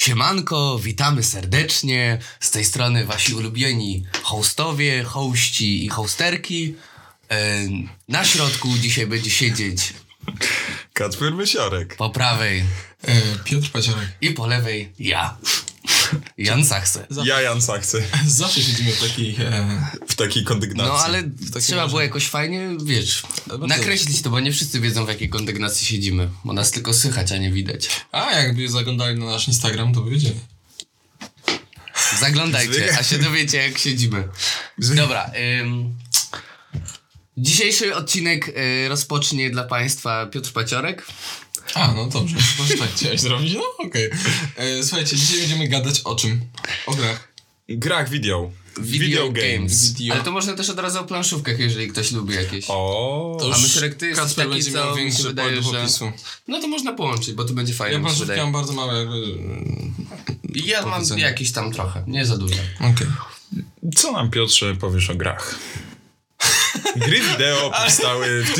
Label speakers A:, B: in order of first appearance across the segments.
A: Siemanko, witamy serdecznie. Z tej strony wasi ulubieni hostowie, hości i hosterki. E, Na środku dzisiaj będzie siedzieć
B: Kacper Mysiorek.
A: po prawej
C: E, Piotr Paciorek.
A: i po lewej ja. Jan Sachse.
B: Ja Jan Sachcy.
C: Zawsze siedzimy w takich... E,
B: W takiej kondygnacji.
A: No ale
C: takim
A: trzeba
C: razie- No,
A: było jakoś fajnie, wiesz,
C: bardzo
A: nakreślić to, bo nie wszyscy wiedzą w jakiej kondygnacji siedzimy. Bo nas tylko słychać, a nie widać.
C: a jakby zaglądali na nasz Instagram, to by wiedzieli.
A: Zaglądajcie, a się dowiecie, jak siedzimy. Dobra. Ym, dzisiejszy odcinek y, rozpocznie dla Państwa Piotr Paciorek.
C: A, no dobrze, właśnie tak chciałeś zrobić, no okej. E, Słuchajcie, dzisiaj będziemy gadać o czym? O grach.
B: Grach video.
C: Video.
A: Ale to można też od razu o planszówkach, jeżeli ktoś lubi jakieś.
B: O.
C: To już
A: Myśrek, ty jesteś
C: Kacper
A: taki,
C: będzie
A: co
C: miał
A: mi się
C: większy
A: wydaje,
C: pokład
A: że-
C: opisu.
A: No to można połączyć, bo to będzie fajne.
C: Ja
A: mi się
C: planszówki
A: wydaje.
C: mam bardzo małe... e,
A: ja mam
C: powiedzenia.
A: jakieś tam trochę, nie za dużo.
C: Okej.
B: Co nam Piotrze powiesz o grach? Gry wideo powstały w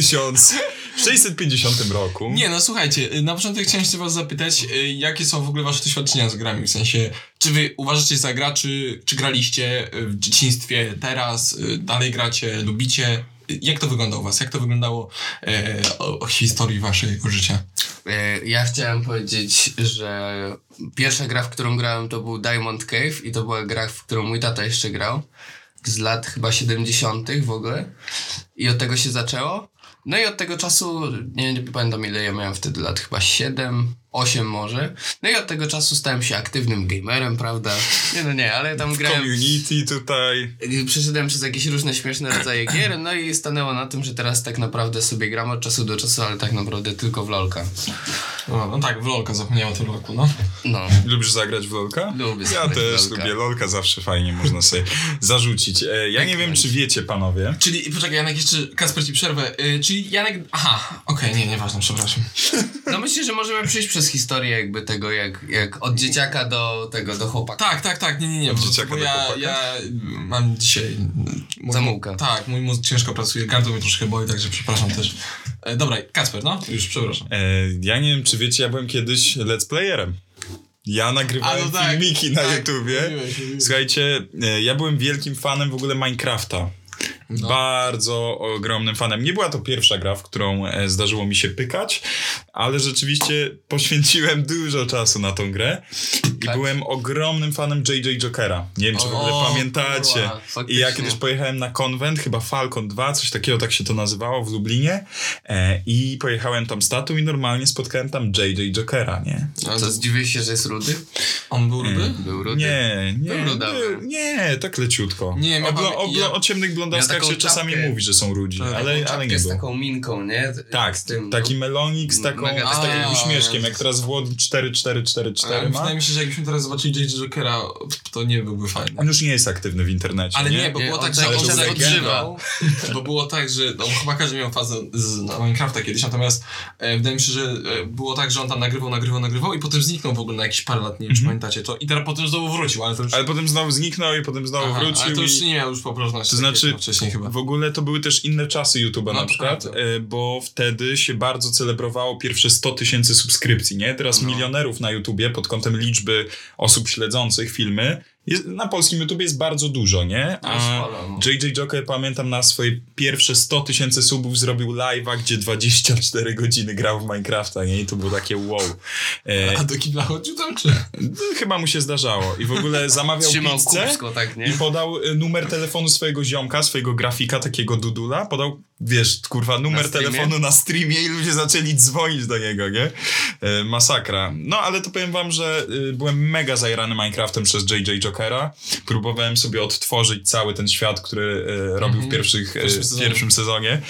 B: 1650 roku.
C: Nie, no słuchajcie, y, na początek chciałem się was zapytać, y, jakie są w ogóle wasze doświadczenia z grami? W sensie, czy wy uważacie za graczy, czy graliście y, w dzieciństwie, teraz, y, dalej gracie, lubicie? Y, Jak to wygląda u was? Jak to wyglądało e, o, o historii waszego życia?
A: E, Ja chciałem powiedzieć, że pierwsza gra, w którą grałem, to był Diamond Cave i to była gra, w którą mój tata jeszcze grał z lat chyba 70. w ogóle. I od tego się zaczęło. No i od tego czasu, nie, nie pamiętam ile ja miałem wtedy lat, chyba 7, 8 może. No i od tego czasu stałem się aktywnym gamerem, prawda? Nie, no nie, ale tam grałem.
B: Community tutaj.
A: Przeszedłem przez jakieś różne śmieszne rodzaje gier, no i stanęło na tym, że teraz tak naprawdę sobie gram od czasu do czasu, ale tak naprawdę tylko w LOLka.
C: No, no tak, w LOLka zapomniałem o tym LOLku, no.
A: No.
B: Lubisz zagrać w LOLka?
A: Lubię
B: Ja
A: zagrać w
B: też
A: LOLka.
B: lubię LOLka, zawsze fajnie można sobie zarzucić. E,
A: Tak
B: ja nie wiem, czy wiecie, panowie.
C: Czyli, poczekaj Janek, jeszcze, Kasper ci przerwę, y, czyli Janek, aha, okej, nie, nieważne, przepraszam.
A: No myślę, że możemy przejść przez historię jakby tego, jak, jak od dzieciaka do tego, do chłopaka.
C: Tak, tak, tak, nie, nie, nie.
B: Od
C: bo-
B: dzieciaka
C: bo
B: do
C: ja,
B: chłopaka?
C: ja mam dzisiaj. Mój,
A: Zamułka.
C: Tak, mój mózg ciężko pracuje, gardło mnie troszkę boli, także przepraszam też. E, dobra, Kacper, no? Już przepraszam.
B: E, ja nie wiem, czy wiecie, ja byłem kiedyś let's playerem. Ja nagrywałem
C: A, no tak,
B: filmiki na
C: tak,
B: YouTubie.
C: mówiłeś, mówiłeś.
B: Słuchajcie, e, ja byłem wielkim fanem w ogóle Minecrafta.
C: No.
B: Bardzo ogromnym fanem. Nie była to pierwsza gra, w którą e, zdarzyło mi się pykać, ale rzeczywiście poświęciłem dużo czasu na tą grę i
A: Tak.
B: byłem ogromnym fanem JJ Jokera. Nie wiem, czy w
C: O,
B: ogóle pamiętacie.
A: kurwa, faktycznie.
B: I ja kiedyś pojechałem na konwent, chyba Falcon 2, coś takiego tak się to nazywało w Lublinie e, i pojechałem tam z tatą i normalnie spotkałem tam JJ Jokera, nie?
C: A
A: Co, zdziwiłeś się, że jest rudy?
C: On E, był rudy?
B: Mm.
A: Był rudy.
B: Nie, nie,
A: Był rudawy.
B: nie, nie, tak leciutko.
C: Nie,
B: o,
C: miał
B: blo,
C: pan-
B: o, blo,
C: ja-
B: o ciemnych blondaskach
A: miał taką
B: się czasami
A: czapkę.
B: mówi, że są rudzi,
C: Tak,
B: ale, ale nie
A: z
B: było.
A: taką minką, nie? Z-
B: Tak,
A: z tym.
B: taki
A: no.
B: melonik z, taką,
A: Mega
B: z takim
C: A,
B: uśmieszkiem,
C: ja-
B: jak teraz Włodin 444
C: Ale
B: ma.
C: wydaje mi się, że jakbyśmy teraz zobaczyli J.J. Jokera, to nie byłby fajny.
B: On już nie jest aktywny w internecie,
C: Ale nie, bo
A: Nie,
C: było
A: on
C: tak,
A: cały
C: że on
B: czas
C: się
B: odżywa.
C: odżywał. Bo było tak, że no, chyba każdy miał fazę z na Minecrafta kiedyś, natomiast e, wydaje mi się, że e, było tak, że on tam nagrywał, nagrywał, nagrywał i potem zniknął w ogóle na jakieś parę lat, nie wiem czy pamiętacie to. I teraz potem znowu wrócił, ale to już...
B: Mhm. Ale potem znowu zniknął i potem znowu
C: Aha,
B: wrócił.
C: Ale to już
B: i...
C: nie miał już poprawności.
B: To znaczy-
C: Wcześniej chyba.
B: W ogóle to były też inne czasy YouTube'a
C: No,
B: na
C: to
B: przykład,
C: prawda.
B: e, bo wtedy się bardzo celebrowało pierwsze 100 tysięcy subskrypcji, nie? Teraz milionerów na YouTubie pod kątem liczby osób śledzących filmy jest, na polskim YouTubie jest bardzo dużo, nie? A
A: szkoda, no.
B: JJ Joker, pamiętam, na swoje pierwsze 100 tysięcy subów zrobił live'a, gdzie 24 godziny grał w Minecrafta, nie? I to było takie wow. E,
C: A do kibla chodził tam, czy?
B: no, chyba mu się zdarzało. I w ogóle zamawiał
A: Trzymał
B: pizzę.
A: kubsko, tak,
B: I
A: nie?
B: podał y, numer telefonu swojego ziomka, swojego grafika, takiego Dudula. Podał, wiesz, kurwa, numer
A: Na streamie?
B: telefonu na streamie i ludzie zaczęli dzwonić do niego, nie? E, Masakra. No, ale to powiem wam, że y, byłem mega zajrany Minecraftem przez JJ Jokera. Próbowałem sobie odtworzyć cały ten świat, który e, robił
A: Mhm.
B: w, pierwszych, e,
C: pierwszym
B: w
C: sezonie.
B: pierwszym sezonie.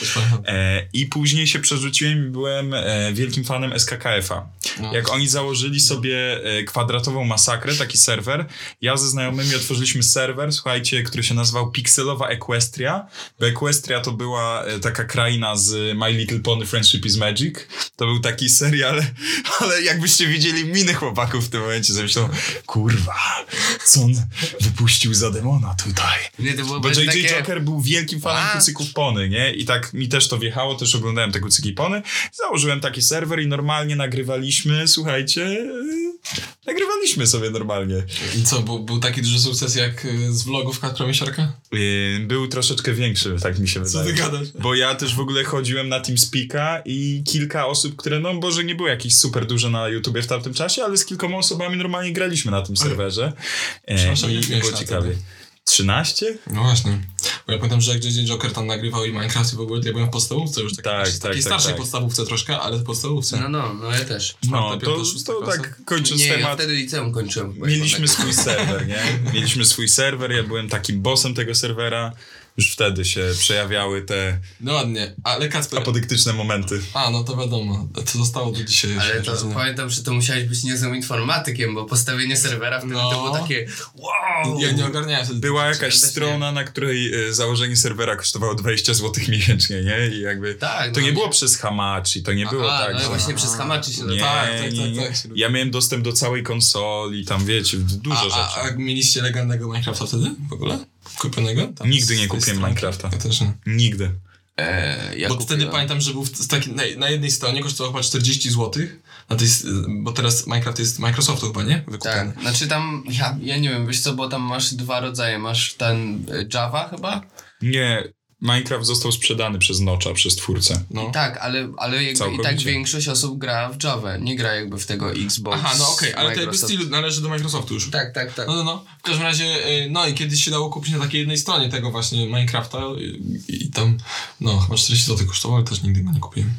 B: E, I później się przerzuciłem i byłem e, wielkim fanem SKKF-a.
C: No.
B: Jak oni założyli sobie e, kwadratową masakrę, taki serwer, ja ze znajomymi otworzyliśmy serwer, słuchajcie, który się nazywał Pixelowa Equestria, bo Equestria to była e, taka kraina z My Little Pony Friendship is Magic. To był taki serial, ale jakbyście widzieli miny chłopaków w tym momencie, to myślą, kurwa, co on wypuścił za demona tutaj.
A: Nie, to było
B: Bo
A: bardziej
B: JJ
A: takie...
B: Joker był wielkim fanem
A: A.
B: kucyków Pony, nie? I tak mi też to wjechało, też oglądałem te kucyki Pony. Założyłem taki serwer i normalnie nagrywaliśmy, słuchajcie, yy, nagrywaliśmy sobie normalnie.
C: I co, był, był taki duży sukces jak y, z vlogów Kacpra Misiarka?
B: Yy, Był troszeczkę większy, tak mi się
C: Co ty
B: wydaje.
C: gadasz?
B: Bo ja też w ogóle chodziłem na TeamSpeak'a i kilka osób, które, no Boże, nie były jakieś super duże na YouTubie w tamtym czasie, ale z kilkoma osobami normalnie graliśmy na tym serwerze. E,
C: Przepraszam,
B: I
C: ile miałeś
B: było
C: lat
B: ciekawie. 13?
C: No właśnie. Bo ja pamiętam, że jak JJ Joker tam nagrywał i Minecraft i w ogóle, to ja byłem w podstawówce już. Tak,
B: Tak,
C: takiej
B: tak, tak,
C: starszej
B: tak.
C: podstawówce troszkę, ale w podstawówce.
A: No, no, no ja też.
B: No,
C: Czwarta,
B: to,
C: piąta, szósta
B: to
C: klasa?
B: tak kończąc
A: Nie, ja
B: temat.
A: wtedy liceum kończyłem. tak. bo
B: Mieliśmy
A: jednak-
B: swój serwer, nie? Mieliśmy swój serwer, ja byłem takim bossem tego serwera. Już wtedy się przejawiały te
C: No ładnie, ale Kacper...
B: apodyktyczne momenty.
C: A, no to wiadomo, to zostało do dzisiaj.
A: Ale
C: jeszcze,
A: to
C: rozumiem.
A: pamiętam, że to musiałeś być niezłym informatykiem, bo postawienie serwera wtedy
C: No.
A: to było takie wow!
C: Ja nie ogarniałem wtedy.
B: Była jakaś
A: też nie.
B: strona, na której e, założenie serwera kosztowało 20 zł miesięcznie, nie? I jakby
A: Tak,
B: to
A: no.
B: nie było przez Hamachi, to nie było
A: Aha,
B: tak,
A: no
B: że...
A: ja właśnie przez hamaczy się
B: Nie,
C: tak, tak, tak,
B: nie, nie.
C: tak się robi.
B: Ja miałem dostęp do całej konsoli, tam wiecie, dużo
C: a,
B: rzeczy.
C: A, a mieliście legalnego Minecrafta wtedy w ogóle? Kupionego? Tam z-
B: Nigdy
C: z
B: nie
C: tej
B: kupiłem
C: strony?
B: Minecrafta.
C: Ja też nie.
B: Nigdy.
A: Eee, ja
C: bo
A: kupiłem.
C: wtedy pamiętam, że był w, z taki, na, na jednej stronie kosztował chyba 40 zł, na tej, s- bo teraz Minecraft jest Microsoftu chyba, nie? Wykupiony.
A: Tak, znaczy tam, ja, ja nie wiem, wiesz co, bo tam masz dwa rodzaje, masz ten e, Java chyba?
B: Nie, Minecraft został sprzedany przez Nocza, przez twórcę.
C: No.
A: Tak, ale, ale jakby i tak
B: Całkowicie.
A: większość osób gra w Java, nie gra jakby w tego Xbox.
C: Aha, no okej, ale to jakby
A: Microsoft.
C: styl należy do Microsoftu już.
A: Tak, tak, tak.
C: No, no, no. W każdym razie, y, no i kiedyś się dało kupić na takiej jednej stronie tego właśnie Minecrafta y, i tam, no, chyba 40 zł kosztowało, ale też nigdy go nie kupiłem.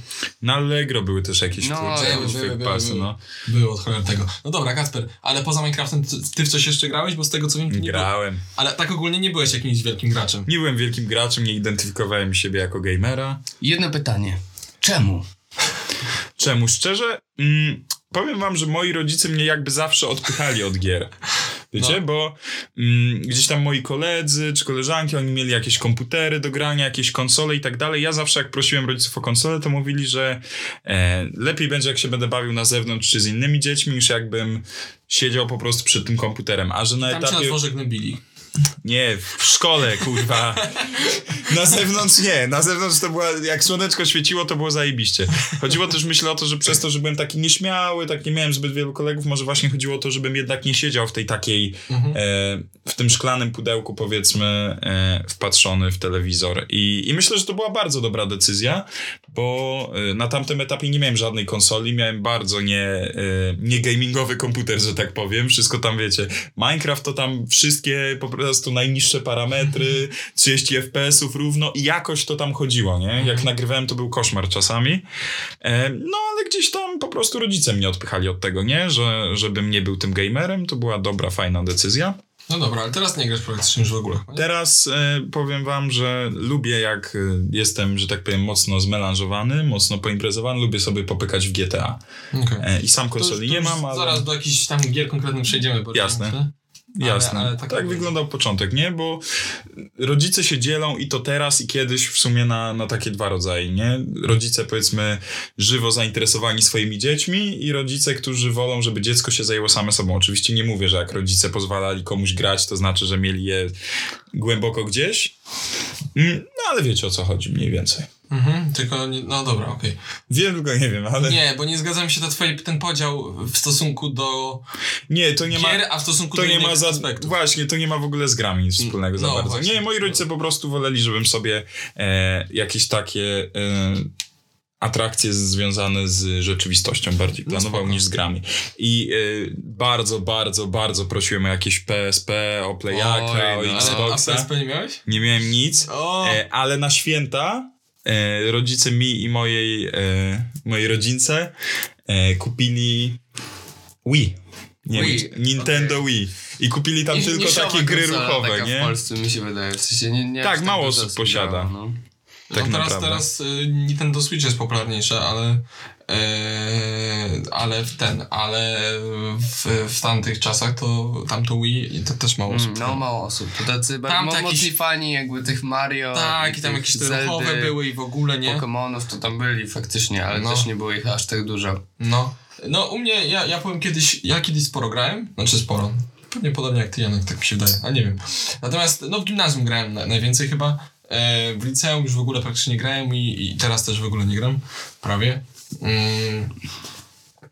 B: Na Allegro były też jakieś
A: No,
B: twórcze,
A: były,
B: jakieś
C: były,
B: fake
C: były,
B: pasy,
C: były.
B: no.
C: Było od cholery tego. No dobra, Kasper, ale poza Minecraftem ty, ty w coś jeszcze grałeś, bo z tego co wiem, ty nie było-
B: Grałem.
C: Ale tak ogólnie nie byłeś jakimś wielkim graczem.
B: Nie byłem wielkim graczem, nie identyfikowałem siebie jako gamera.
A: Jedno pytanie. Czemu?
B: Czemu? Szczerze, mm, powiem wam, że moi rodzice mnie jakby zawsze odpychali od gier. Wiecie,
C: No.
B: bo mm, gdzieś tam moi koledzy czy koleżanki, oni mieli jakieś komputery do grania, jakieś konsole i tak dalej. Ja zawsze jak prosiłem rodziców o konsolę, to mówili, że e, lepiej będzie jak się będę bawił na zewnątrz czy z innymi dziećmi, niż jakbym siedział po prostu przed tym komputerem. A że na
A: tak
C: Tam cię na
B: etapie...
C: dworze gnębili.
B: Nie, w szkole, kurwa. Na zewnątrz nie, na zewnątrz to była, jak słoneczko świeciło, to było zajebiście. Chodziło też, myślę, o to, że przez to, że byłem taki nieśmiały, tak nie miałem zbyt wielu kolegów, może właśnie chodziło o to, żebym jednak nie siedział w tej takiej,
C: Mhm.
B: e, w tym szklanym pudełku, powiedzmy, e, wpatrzony w telewizor. I, I myślę, że to była bardzo dobra decyzja, bo e, na tamtym etapie nie miałem żadnej konsoli, miałem bardzo nie, e, nie gamingowy komputer, że tak powiem. Wszystko tam, wiecie, Minecraft to tam wszystkie po prostu najniższe parametry, 30 FPS-ów równo i jakoś to tam chodziło, nie? Jak nagrywałem, to był koszmar czasami. E, No, ale gdzieś tam po prostu rodzice mnie odpychali od tego, nie? Że, żebym nie był tym gamerem, to była dobra, fajna decyjna.
C: No dobra, ale teraz nie grasz praktycznie już w ogóle. chyba, nie?
A: Tak.
B: Teraz e, powiem wam, że lubię jak e, jestem, że tak powiem, mocno zmelanżowany, mocno poimprezowany, lubię sobie popykać w GTA.
C: Okej.
B: E, I sam
C: To już-
B: konsoli
C: to
B: nie
C: już
B: mam, ale...
C: Zaraz do jakichś tam gier konkretnych przejdziemy. tak? Bo
B: Jasne.
C: ale-
B: Jasne.
C: ale tak
B: tak
C: jakby-
B: wyglądał początek, nie? Bo rodzice się dzielą i to teraz, i kiedyś w sumie na, na takie dwa rodzaje, nie? Rodzice powiedzmy żywo zainteresowani swoimi dziećmi i rodzice, którzy wolą, żeby dziecko się zajęło same sobą. Oczywiście nie mówię, że jak rodzice pozwalali komuś grać, to znaczy, że mieli je głęboko gdzieś. Mm, No ale wiecie o co chodzi mniej więcej.
C: Mhm, tylko, nie, no dobra, okej.
B: Wiem, tylko nie wiem, ale... Nie,
C: Nie, bo nie zgadzam się na twoje, ten podział w stosunku do
B: to nie ma...
C: gier, a w stosunku
B: To
C: do
B: nie
C: innych
B: ma za,
C: aspektów.
B: Właśnie, to nie ma w ogóle z grami nic wspólnego za
C: No,
B: bardzo.
C: właśnie.
B: Nie, moi rodzice po prostu woleli, żebym sobie e, jakieś takie e, atrakcje związane z rzeczywistością bardziej planował
C: No spoko.
B: niż z grami. I e, bardzo, bardzo, bardzo prosiłem o jakieś PSP, o Playaka,
A: Oj,
B: o,
A: no, ale-
C: Ale, a
B: Xboxa.
C: PSP nie miałeś?
B: Nie miałem nic,
C: O!
B: e, ale na święta e, rodzice mi i mojej, e, mojej rodzince e, kupili Wii. Nie,
A: Wii,
B: Nintendo Wii. I kupili tam
A: Nie-
B: tylko
A: niszowa
B: takie gry
A: konsola
B: ruchowe,
A: taka w
B: nie?
A: Polsce mi się wydaje. W sensie nie, nie
B: Tak,
A: aż
B: mało
A: dużo
B: osób
A: osób grało,
B: posiada.
A: no.
B: Tak
C: no teraz,
B: naprawdę.
C: teraz y, Nintendo Switch jest popularniejsze, ale e, ale w ten, ale w, w tamtych czasach to tamto Wii i to też mało osób.
B: Mm.
A: No, mało osób. To tacy
C: Tam
A: tam
C: to
A: mocni
C: jakiś-
A: fani jakby tych Mario.
C: tak, i tam
A: tych
C: jakieś te
A: Zeldy,
C: ruchowe były i w ogóle, nie?
A: Pokemonów to tam byli faktycznie, ale
C: No.
A: też nie było ich aż tak dużo.
C: No. No u mnie, ja, ja powiem kiedyś, ja kiedyś sporo grałem, znaczy sporo, pewnie podobnie jak ty Janek, tak mi się wydaje, a nie wiem. Natomiast no w gimnazjum grałem na, najwięcej chyba, e, w liceum już w ogóle praktycznie nie grałem i, i teraz też w ogóle nie gram, prawie. Mm.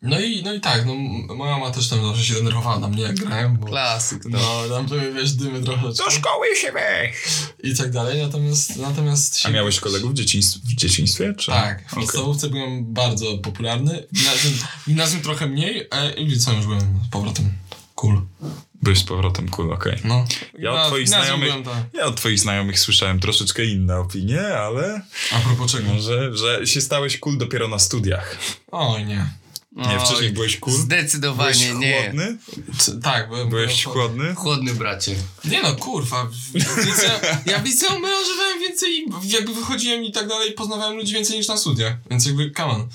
C: No i, no i tak, no m- moja mama też tam zawsze się denerwowała na mnie jak grałem, bo...
A: Klasyk, no.
C: No, tam były, wiesz, dymy trochę
B: Do szkoły się weź!
C: i tak dalej, natomiast, natomiast się...
B: A miałeś kolegów w, dzieciństw- w dzieciństwie? Czy?
C: Tak, w
B: Okej.
C: podstawówce byłem bardzo popularny, w gimnazjum, w gimnazjum trochę mniej, e, i w liceum już byłem z powrotem. Cool.
B: Byłeś z powrotem, cool, okej.
C: No.
B: Ja od
C: Na- w
B: twoich
C: gimnazjum
B: znajomych...
C: byłem, tak.
B: Ja od twoich znajomych słyszałem troszeczkę inne opinie, ale
C: A propos czego?
B: może, że się stałeś cool dopiero na studiach.
C: Oj, nie.
B: Nie,
A: Oj,
B: wcześniej byłeś cool? Byłeś
A: Zdecydowanie nie.
B: chłodny? No,
C: C- tak, byłem...
B: Byłeś
C: byłem-
B: chłodny?
A: Chłodny bracie.
C: Nie no, kurwa. W, w liceum, ja w liceum melanżowałem więcej, jakby wychodziłem i tak dalej, poznawałem ludzi więcej niż na studiach, więc jakby, come on.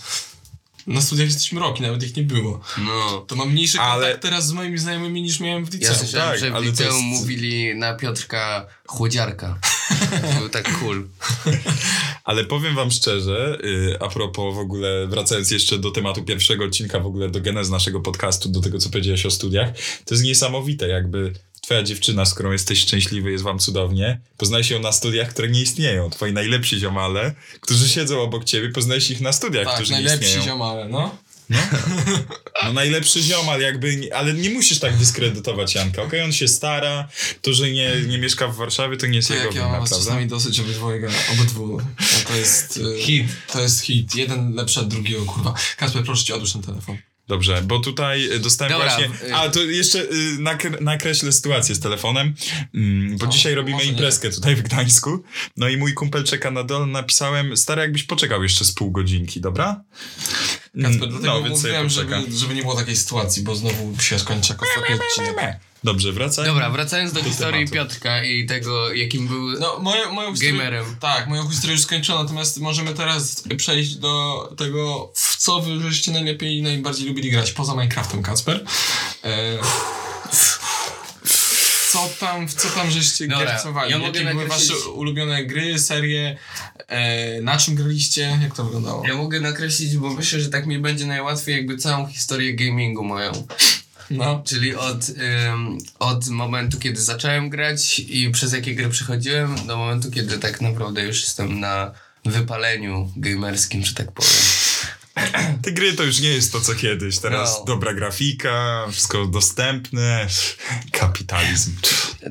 C: Na studiach jesteśmy roki, nawet ich nie było.
A: No.
C: To mam mniejszy kontakt
B: Ale-
C: teraz z moimi znajomymi niż miałem w
A: Ja
C: liceum.
A: słyszałem,
B: tak,
A: że w
B: ale to
A: liceum
B: jest-
A: mówili na Piotrka chłodziarka. Był tak cool.
B: Ale powiem wam szczerze, y, a propos w ogóle, wracając jeszcze do tematu pierwszego odcinka, w ogóle do genezy naszego podcastu, do tego, co powiedziałeś o studiach, to jest niesamowite, jakby twoja dziewczyna, z którą jesteś szczęśliwy, jest wam cudownie, poznajesz ją na studiach, które nie istnieją. Twoi najlepsi ziomale, którzy siedzą obok ciebie, poznajesz ich na studiach,
C: tak,
B: którzy nie
C: najlepsi
B: istnieją.
C: ziomale, no.
B: No najlepszy ziomal jakby, nie- ale nie musisz tak dyskredytować Janka, okej? On się stara, to, że nie, nie mieszka w Warszawie, to nie jest
C: To
B: jego
C: jak ja
B: wina,
C: mam was
B: prawda?
C: czasami dosyć obydwojga, obydwu. No to jest... y,
A: Hit.
C: To jest hit. Jeden lepszy od drugiego, kurwa. Kasper, proszę cię, odłóż ten telefon.
B: Dobrze, bo tutaj y, dostałem
A: Dobra,
B: właśnie...
A: y-
B: A, to jeszcze y, nakre- nakreślę sytuację z telefonem, mm, bo
C: O,
B: dzisiaj robimy
C: może nie.
B: imprezkę tutaj w Gdańsku, no i mój kumpel czeka na dole, napisałem, stary, jakbyś poczekał jeszcze z pół godzinki, dobra? Mm,
C: Kasper, dlatego
B: więc sobie
C: mówiłem,
B: poczeka.
C: żeby, żeby nie było takiej sytuacji, bo znowu się skończy jak ostatni odcinek.
B: Dobrze, wracaj.
A: Dobra, wracając do
B: Do
A: historii
B: tematu.
A: Piotrka i tego, jakim był
C: No, moją, moją historię...
A: Gamerem.
C: Tak, moją historię już skończono, natomiast możemy teraz przejść do tego, w co wy żeście najlepiej i najbardziej lubili grać, poza Minecraftem, Kasper. E... Co tam, w co tam żeście
A: Dobra,
C: giercowali?
A: ja
C: Jakie
A: mogę
C: były
A: nakreślić-
C: wasze ulubione gry, serie? E, na czym graliście? Jak to wyglądało?
A: Ja mogę nakreślić, bo myślę, że tak mi będzie najłatwiej jakby całą historię gamingu moją.
C: No.
A: Czyli od, ym, od momentu, kiedy zacząłem grać i przez jakie gry przechodziłem, do momentu, kiedy tak naprawdę już jestem na wypaleniu gamerskim, że tak powiem.
B: Te gry to już nie jest to, co kiedyś. Teraz
A: No.
B: dobra grafika, wszystko dostępne, kapitalizm.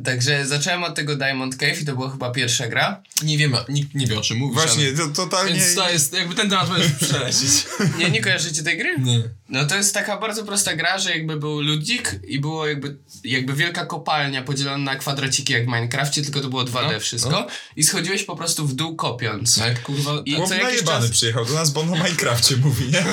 A: Także zacząłem od tego Diamond Cave i to była chyba pierwsza gra.
C: Nie wiem, nikt nie wie o czym mówisz.
B: Właśnie, to
C: ale-
B: totalnie...
C: Więc to jest, jakby ten temat możesz przelecić.
A: Nie, nie kojarzycie tej gry?
C: Nie.
A: No to jest taka bardzo prosta gra, że jakby był ludzik i było jakby, jakby wielka kopalnia podzielona na kwadraciki jak w Minecrafcie, tylko to było 2D
C: No,
A: wszystko
C: no.
A: i schodziłeś po prostu w dół kopiąc.
C: Tak, kurwa.
A: I-
B: Chłop
A: co jakiś
B: najebany
A: czas-
B: przyjechał do nas, bo on o Minecrafcie mówi, nie?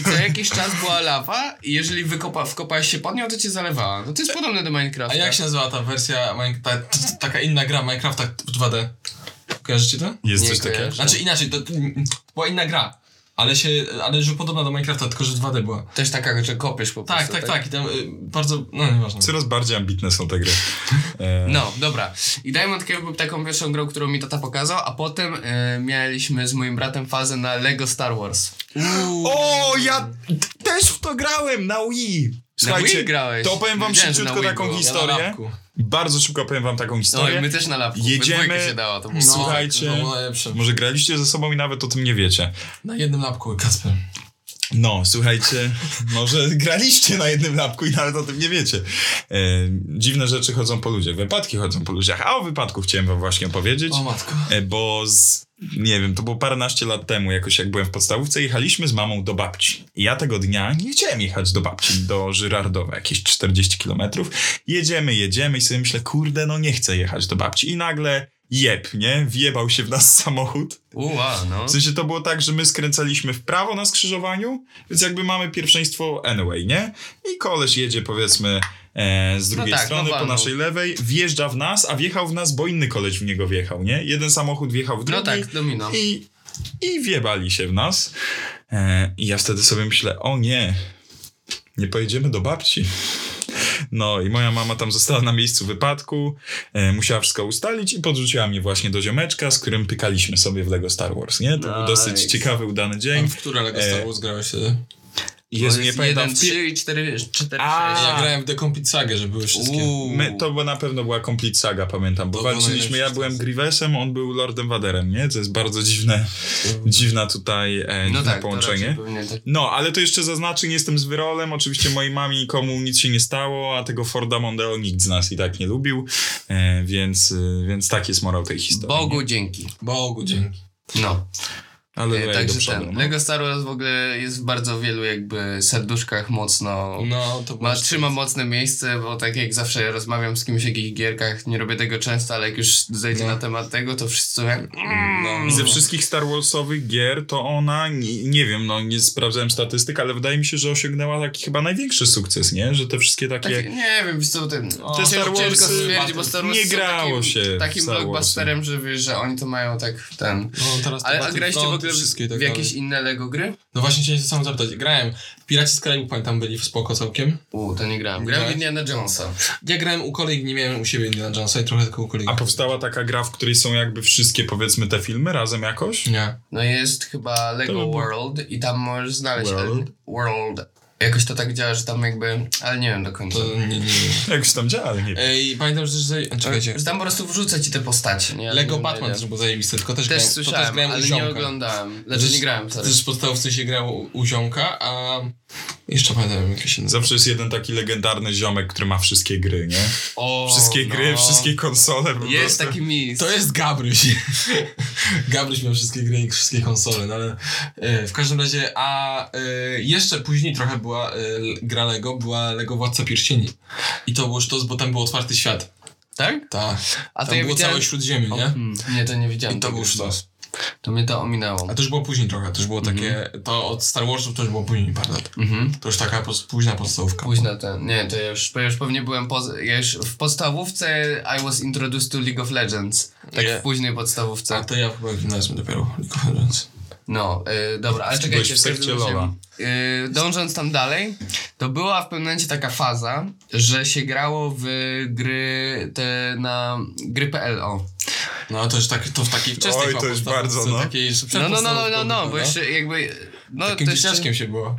A: I co jakiś czas była lawa i jeżeli wykopa, wkopałeś się pod nią, to cię zalewała. No to jest podobne do
C: A
A: Minecrafta.
C: jak się nazywała ta wersja, Mine- ta, t- t- taka inna gra Minecrafta w 2D? Kojarzycie to?
B: Jest
A: Nie
B: coś takiego.
A: kojarzę.
C: Znaczy inaczej, to, to była inna gra. Ale się, ale że podobna do Minecrafta, tylko że w 2D była.
A: Też taka, że kopiesz po
C: Tak,
A: prostu.
C: tak, tak. I tam y, bardzo, no nieważne.
B: Coraz bardziej ambitne są te gry. E,
A: No, dobra. I Diamond Cave był taką pierwszą grą, którą mi tata pokazał, a potem e, mieliśmy z moim bratem fazę na Lego Star Wars.
B: O, ja t- też w to grałem na Wii! Słuchajcie,
A: Wii grałeś.
B: to opowiem wam
A: Wiedziałem, że
B: szybciutko
A: na Wii
B: taką
A: było. Ja na
C: Na
B: historię.
C: lapku.
B: Bardzo szybko opowiem wam taką
A: No i
B: historię.
A: my też na lapku.
B: Jedziemy-
A: We dwójkę się dało, to było
C: No,
B: Słuchajcie.
C: To było najlepsze.
B: Może graliście ze sobą i nawet o tym nie wiecie.
C: Na jednym lapku, Kasper.
B: No, słuchajcie, może graliście na jednym lapku i nawet o tym nie wiecie. E, dziwne rzeczy chodzą po ludziach, wypadki chodzą po ludziach, a o wypadku chciałem wam właśnie opowiedzieć.
C: O matko.
B: E, bo z, nie wiem, to było paręnaście lat temu jakoś jak byłem w podstawówce, jechaliśmy z mamą do babci. I ja tego dnia nie chciałem jechać do babci, do Żyrardowa, jakieś 40 kilometrów. Jedziemy, jedziemy i sobie myślę, kurde, no nie chcę jechać do babci. I nagle jeb, nie? Wjebał się w nas samochód.
A: Uła, no.
B: W sensie to było tak, że my skręcaliśmy w prawo na skrzyżowaniu, więc jakby mamy pierwszeństwo anyway, nie? I koleś jedzie powiedzmy e, z drugiej
A: tak, no
B: strony, po
A: walnął.
B: naszej lewej, wjeżdża w nas, a wjechał w nas, bo inny koleś w niego wjechał, nie? Jeden samochód wjechał w drugi
A: No tak, domino.
B: i, i wiebali się w nas. E, I ja wtedy sobie myślę, o nie, nie pojedziemy do babci. No i moja mama tam została na miejscu wypadku, e, musiała wszystko ustalić i podrzuciła mnie właśnie do ziomeczka, z którym pykaliśmy sobie w LEGO Star Wars, nie? To był
A: Nice.
B: dosyć ciekawy, udany dzień.
C: W które Lego
B: E,
C: Star Wars grałeś wtedy?
B: Jezu,
A: Bo
B: nie
A: jest
B: pamiętam.
A: jeden,
B: w pie-
A: trzy i cztery, cztery,
B: A,
A: sześć.
C: Ja grałem w The Complete Saga, że były wszystkie.
A: Uuu.
B: My, to była- na pewno była Complete Saga, pamiętam, bo
C: To było
B: walczyliśmy,
C: najlepsze
B: ja
C: w
B: byłem
C: sensie.
B: Grievesem, on był Lordem Vaderem, nie? To jest bardzo dziwne, dziwna tutaj e,
A: No
B: dziwne
A: tak, to raczej
B: połączenie.
A: pewnie tak.
B: No, ale to jeszcze zaznaczę, nie jestem z wyrolem, oczywiście mojej mamie i komu nic się nie stało, a tego Forda Mondeo nikt z nas i tak nie lubił, e, więc, e, więc tak jest morał tej historii.
A: Bogu dzięki.
C: Bogu dzięki.
A: No.
B: ale
A: E,
B: lej do
A: Także
B: przodu,
A: ten.
B: no.
A: Lego Star Wars w ogóle jest w bardzo wielu jakby serduszkach mocno.
C: No, to
A: Mm. Ma,
C: było-
A: trzyma mocne miejsce, bo tak jak zawsze rozmawiam z kimś o jakichś gierkach, nie robię tego często, ale jak już zejdzie
C: No.
A: na temat tego, to wszyscy "Mm, jak...
C: No,
A: e,
B: I ze wszystkich Star Warsowych gier to ona, nie, nie wiem, no nie sprawdzałem statystyk, ale wydaje mi się, że osiągnęła taki chyba największy sukces, nie? Że te wszystkie takie...
A: Takie, nie wiem, wiesz co ten... no,
C: O,
B: Te Star
A: Ciężko
B: Warsy
A: stwierdzić, bo Star Wars
B: nie
A: są
B: grało
A: takim,
B: się w
A: takim
B: Star Warsy.
A: blockbusterem, że wiesz, że oni to mają tak w ten...
C: No, teraz to
A: Ale a
C: Battlefronty
A: graliście w ogóle w,
C: wszystkie i tak
A: w jakieś
C: dalej.
A: inne Lego gry?
C: No właśnie chciałem się samo zapytać. Grałem. Piraci z Karaibów pamiętam byli w spoko całkiem.
A: U, to nie grałem. Grałem w
C: Grałeś?
A: Indiana Jonesa.
C: Ja grałem u kolegi, nie miałem u siebie Indiana Jonesa i trochę tylko u kolegi.
B: A powstała taka gra, w której są jakby wszystkie powiedzmy te filmy razem jakoś?
C: Nie.
A: No jest chyba
B: To by
A: Lego
B: było-
A: World i tam możesz znaleźć
B: World?
A: World. World. Jakoś to tak działa, że tam jakby... Ale nie wiem do końca.
C: To nie, nie, nie.
B: Jakoś tam działa, ale nie wiem.
C: Ej, pamiętam, że... że czekajcie.
A: Że tam po prostu wrzucę ci te postacie, nie?
C: Lego
A: Nie
C: Batman
A: wiem.
C: też było zajebiste, tylko
A: Też
C: też, grałem, to też
A: słyszałem,
C: grałem u
A: ale nie
C: ziomka.
A: oglądałem. Znaczy
C: Też-
A: nie grałem, sorry.
C: Też w podstawówce się grało u, u ziomka, a... Jeszcze pamiętam jakieś inne.
B: Zawsze jest jeden taki legendarny ziomek, który ma wszystkie gry, nie?
A: O,
B: Wszystkie
A: no.
B: gry, wszystkie konsole. po
A: Jest
B: prostu.
A: taki mis.
C: To jest Gabryś. Gabryś miał wszystkie gry i wszystkie konsole, no ale e, w każdym razie, a e, jeszcze później trochę była e, l- gra Lego, była Lego Władca Pierścieni. I to było sztos, bo tam był otwarty świat.
A: Tak?
C: Tak.
A: A
C: Tam
A: to ja
C: było
A: widziałem-
C: całe Śródziemie, nie?
A: Hmm, nie, to nie widziałem.
C: I to
A: tego
C: był sztos.
A: To mnie to ominęło.
C: A to już było później trochę, to już było takie, to od Star Warsów to już było później parę lat.
A: Mhm.
C: To już taka po, późna podstawówka.
A: Późno ten. Nie, to ja już, ja już pewnie byłem poza, ja już w podstawówce I was introduced to League of Legends. Tak
C: Nie.
A: w późnej
C: A
A: podstawówce.
C: to ja chyba w gimnazjum dopiero, tylko mówiąc.
A: No, y, dobra, ale
B: Byłeś
A: czekajcie.
B: w sekcie
A: każdym razie,
B: Lola.
A: y, dążąc tam dalej, to była w pewnym momencie taka faza, że się grało w gry te na gry PLO.
C: No to już tak, to w takiej wczesnej
B: Oj,
C: chyba
B: to już
C: podstawówce,
B: bardzo, no.
C: Takiej, jeszcze przed
A: No, no, no, no, no,
C: podstawówką
A: no,
C: chyba,
A: bo jeszcze jakby... No,
C: Takim
A: to jeszcze-
C: dzieciaczkiem się było.